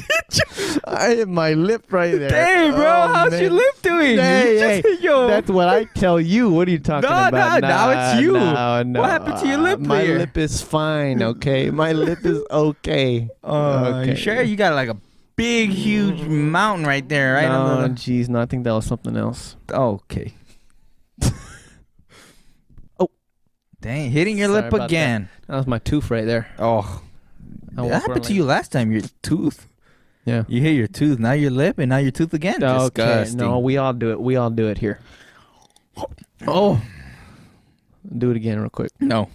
S2: hit your
S1: I hit my lip right there.
S2: Damn, bro.
S1: Oh,
S2: how's
S1: man.
S2: your lip doing?
S1: Hey,
S2: you just
S1: hey,
S2: hit your.
S1: That's what I tell you. What are you talking
S2: No,
S1: about?
S2: no, now it's you.
S1: No, no.
S2: What happened to your lip
S1: My
S2: there?
S1: lip is fine, okay? My lip is okay.
S2: Uh, You
S1: Okay. Mm.
S2: sure? You got like a big, huge mountain right there, right?
S1: no,
S2: on
S1: jeez, no, I think that was something else.
S2: the- oh, okay.
S1: Oh.
S2: Dang, hitting your
S1: Sorry
S2: lip
S1: about that.
S2: again.
S1: That was my tooth right there.
S2: Oh.
S1: I
S2: that
S1: walk
S2: happened
S1: around
S2: to
S1: like-
S2: you last time, your tooth.
S1: Yeah.
S2: You hit your tooth, now your lip, and now your tooth again.
S1: Okay,
S2: Disgusting.
S1: no, we all do it. We all do it here.
S2: Oh, Oh.
S1: Do it again real quick.
S2: no.